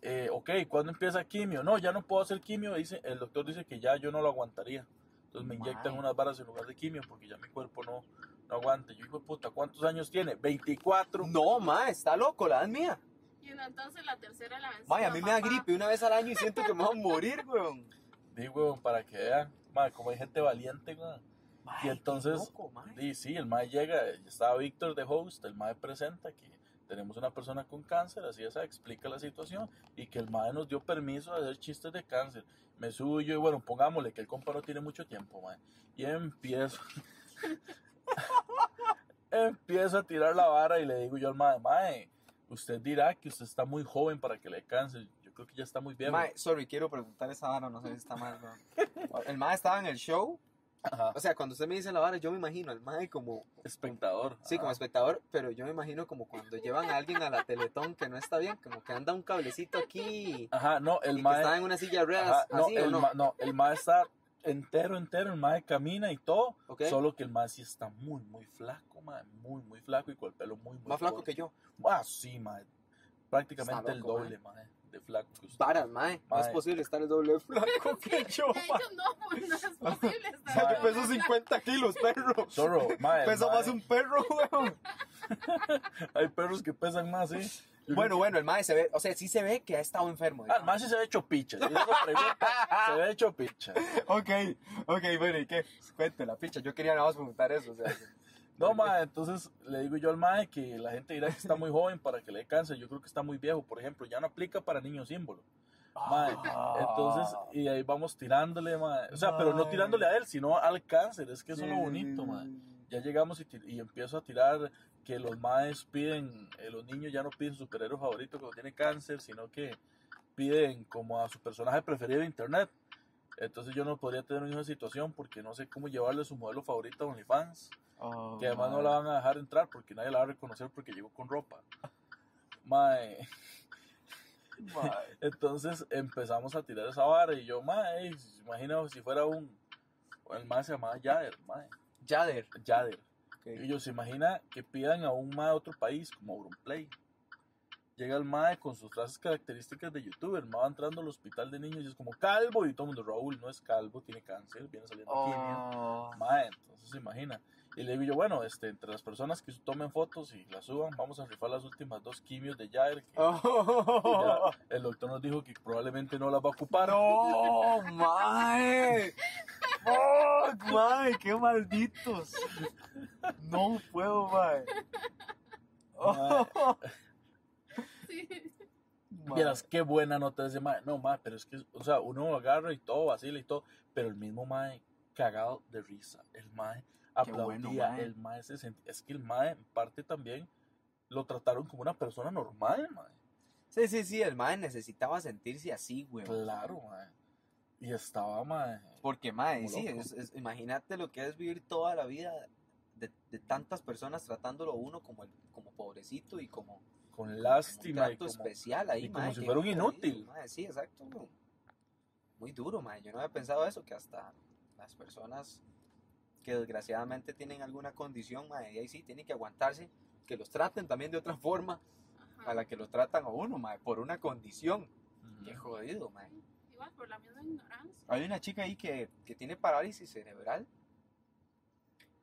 S1: Eh, ok, ¿cuándo empieza quimio? No, ya no puedo hacer quimio. Dice, el doctor dice que ya yo no lo aguantaría. Entonces me inyectan
S5: Mae.
S1: unas varas en lugar de quimio porque ya mi cuerpo no, no aguanta. Yo, hijo de puta, ¿cuántos años tiene? 24.
S5: No, mae, está loco, la edad mía.
S7: Y no, entonces la tercera la venció.
S5: Mae, a mí me da
S7: papá.
S5: gripe una vez al año y siento que me voy a morir, weón.
S1: Digo, para que vean, mae, como hay gente valiente, mae.
S5: Mae,
S1: Y
S5: qué
S1: entonces,
S5: loco, mae.
S1: Y sí, el MAE llega, estaba Víctor de host, el MAE presenta que tenemos una persona con cáncer, así esa explica la situación y que el MAE nos dio permiso de hacer chistes de cáncer. Me subo yo y bueno, pongámosle que el compa no tiene mucho tiempo, MAE. Y empiezo. empiezo a tirar la vara y le digo yo al MAE, MAE, usted dirá que usted está muy joven para que le dé cáncer. Yo creo que ya está muy bien.
S5: Mae, sorry, quiero preguntar esa vara, no sé si está mal, weón. El mae estaba en el show.
S1: Ajá.
S5: O sea, cuando usted me dice la vara, yo me imagino al mae como,
S1: Espectador.
S5: sí, como
S1: Ajá.
S5: espectador, pero yo me imagino como cuando llevan a alguien a la Teletón que no está bien, como que anda un cablecito aquí
S1: Ajá, no, el
S5: y que
S1: MAE.
S5: está en una silla de ruedas,
S1: Ajá, no,
S5: así o
S1: el
S5: no.
S1: ma- no, el mae está entero, entero, el mae camina y todo,
S5: Ok.
S1: solo que el mae sí está muy, muy flaco, mae, muy, muy flaco y con el pelo muy, muy
S5: Más flaco que yo.
S1: Ah, sí, mae, prácticamente
S5: Está
S1: el
S5: loco,
S1: doble, mae, de flaco que usted.
S5: Varas, mae. No es
S1: Mae.
S5: posible estar el doble de flaco que yo,
S7: De
S5: mae.
S7: hecho, no, pues, no es posible.
S5: O sea,
S7: estar
S5: yo peso 50 kilos, perro.
S1: Zorro, mae,
S5: Peso
S1: mae.
S5: más un perro, weón.
S1: Hay perros que pesan más, ¿eh? Yo
S5: Bueno, bueno, el mae se ve, o sea, sí se ve que ha estado enfermo.
S1: creo- Ah, el mae sí se ve hecho picha. Si es otra pregunta, se ve hecho picha.
S5: Ok, Ah, ok, bueno, ¿y qué? Cuente la picha, yo quería nada más preguntar eso, o sea.
S1: No, mae, entonces le digo yo al mae que la gente dirá que está muy joven para que le dé cáncer. Yo creo que está muy viejo, por ejemplo. Ya no aplica para niños símbolo. Mae,
S5: Ah.
S1: entonces, y ahí vamos tirándole, mae. O sea, pero no
S5: Mae.
S1: tirándole a él, sino al cáncer. Es que eso es lo
S5: Sí,
S1: bonito,
S5: sí,
S1: mae.
S5: sí.
S1: Ya llegamos y, ti- y empiezo a tirar que los maes piden, eh, los niños ya no piden su superhéroe favorito cuando tiene cáncer, sino que piden como a su personaje preferido de internet. Entonces yo no podría tener una situación porque no sé cómo llevarle su modelo favorito a OnlyFans,
S5: Oh,
S1: que además no
S5: mae.
S1: la van a dejar entrar porque nadie la va a reconocer porque llegó con ropa. Mae. Entonces empezamos a tirar esa vara y yo, mae, imagina si fuera un. El mae se llamaba Yader, mae.
S5: Jader.
S1: Yader.
S5: Ok.
S1: Y yo, se imagina que pidan a un mae de otro país, como Auronplay. Llega el mae con sus frases características de youtuber, mae va entrando al hospital de niños y es como calvo y todo el mundo, Raúl no es calvo, tiene cáncer, viene saliendo aquí. ¿no?".
S5: Oh.
S1: Mae, entonces se imagina. Y le digo yo, bueno, este, entre las personas que tomen fotos y las suban, vamos a rifar las últimas dos quimios de Yader. que-
S5: Oh,
S1: ya, el doctor nos dijo que probablemente no las va a ocupar.
S5: no, mae. Fuck, mae, qué malditos. No puedo, mae. Oh,
S7: Sí.
S5: mae.
S1: Vieras qué buena nota de ese mae. No, mae, pero es que, o sea, uno agarra y todo, vacila y todo, pero el mismo mae cagado de risa. El mae aplaudía,
S5: bueno, mae.
S1: el mae se sentía. Es que el mae, en parte también, lo trataron como una persona normal, mae.
S5: Sí, sí, sí, el mae necesitaba sentirse así, güey.
S1: Claro, mae. Y estaba, mae.
S5: Porque, mae,
S1: Como
S5: sí,
S1: loco.
S5: es- es- imagínate lo que es vivir toda la vida de, de tantas personas tratándolo a uno como, el, como pobrecito y como,
S1: Con
S5: como un
S1: lástima y como.
S5: trato especial ahí,
S1: y como
S5: mae,
S1: si
S5: qué
S1: fuera un
S5: jodido,
S1: inútil.
S5: mae, sí, exacto. güey. Muy duro, mae. Yo no había pensado eso, que hasta las personas que desgraciadamente tienen alguna condición, mae, y ahí sí tienen que aguantarse, que los traten también de otra forma
S7: Ajá.
S5: a la que los tratan a uno, mae, por una condición. Qué
S1: Ujú.
S5: jodido, mae.
S7: Igual, por la misma ignorancia.
S5: Hay una chica ahí que, que tiene parálisis cerebral,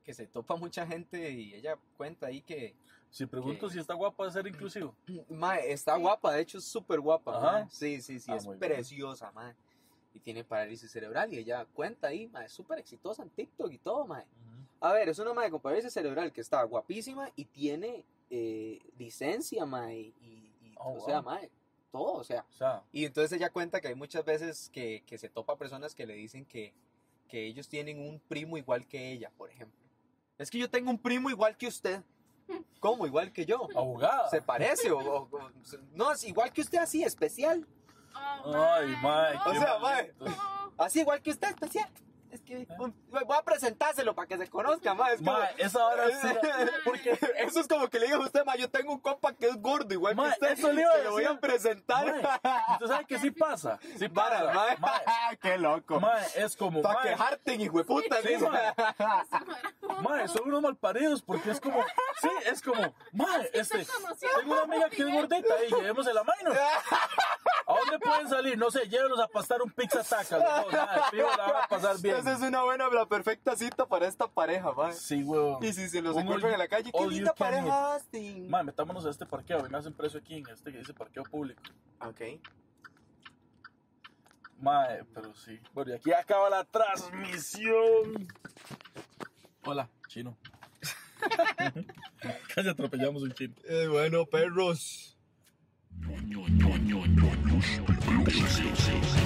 S5: que se topa mucha gente y ella cuenta ahí pues, que
S1: Si pregunto
S5: ¿Qué?
S1: si está guapa de ser inclusivo.
S5: mae, está guapa, de hecho es súper guapa.
S1: Ajá.
S5: mae. Sí, sí, sí,
S1: Ah,
S5: es
S1: muy bien.
S5: preciosa, mae. Y tiene parálisis cerebral y ella cuenta ahí, mae, es súper exitosa en TikTok y todo, mae. A ver, es una mae con parálisis cerebral que está guapísima y tiene eh, licencia, mae. Y, y-
S1: Oh,
S5: o sea,
S1: wow.
S5: mae, todo, o sea,
S1: O sea,
S5: y entonces ella cuenta que hay muchas veces que, que se topa personas que le dicen que, que ellos tienen un primo igual que ella, por ejemplo. Es que yo tengo un primo igual que usted. ¿Cómo? Igual que yo.
S1: abogada.
S5: ¿Se parece? O, o- o- no, es igual que usted, así, especial.
S7: Oh,
S1: Ay, mae.
S7: no.
S5: O
S1: qué
S5: sea, mae.
S1: maldito.
S7: No. pues,
S5: Así, igual que usted, especial. Es que
S1: Ah.
S5: un- voy a presentárselo para que se conozca, más. Es como-
S1: Mae, esa hora es.
S5: Porque eso es como que le digan a usted, ma, yo tengo un compa que es gordo, igual
S1: Mae,
S5: que usted.
S1: eso le iba a
S5: se lo voy a
S1: decir.
S5: presentar.
S1: Mae, ¿Tú sabes que sí pasa? Sí
S5: Para,
S1: pasa.
S5: mae.
S1: Mae,
S5: Qué loco.
S1: mae, es como,
S5: Para
S1: mae,
S5: quejarte, hijo de puta.
S1: Sí,
S5: dice.
S1: mae.
S7: Esa madre.
S1: mae, son unos malparidos porque es como, sí, es como, mae, este,
S7: conociendo
S1: tengo una amiga que es gordita y llevémosle la mano. ¿A dónde pueden salir? No sé, llévenos a pastar un pizza taca. los dos, mae, fijo, la van a pasar bien.
S5: Esa es una buena, la perfecta cita para esta pareja, mae.
S1: Sí, weón.
S5: Y si se los
S1: Un
S5: encuentran
S1: all-
S5: en la calle, qué
S1: all
S5: linda
S1: you can eat.
S5: pareja, Austin.
S1: Mae, metámonos a este parqueo, y me hacen preso aquí en este que dice parqueo público.
S5: Ok.
S1: Mae, pero sí. Bueno, y aquí acaba la transmisión. Hola, chino. Casi atropellamos un chino.
S5: bueno, perros.
S8: Ñoños, ñoños, ñoños, ñoños, ñoños.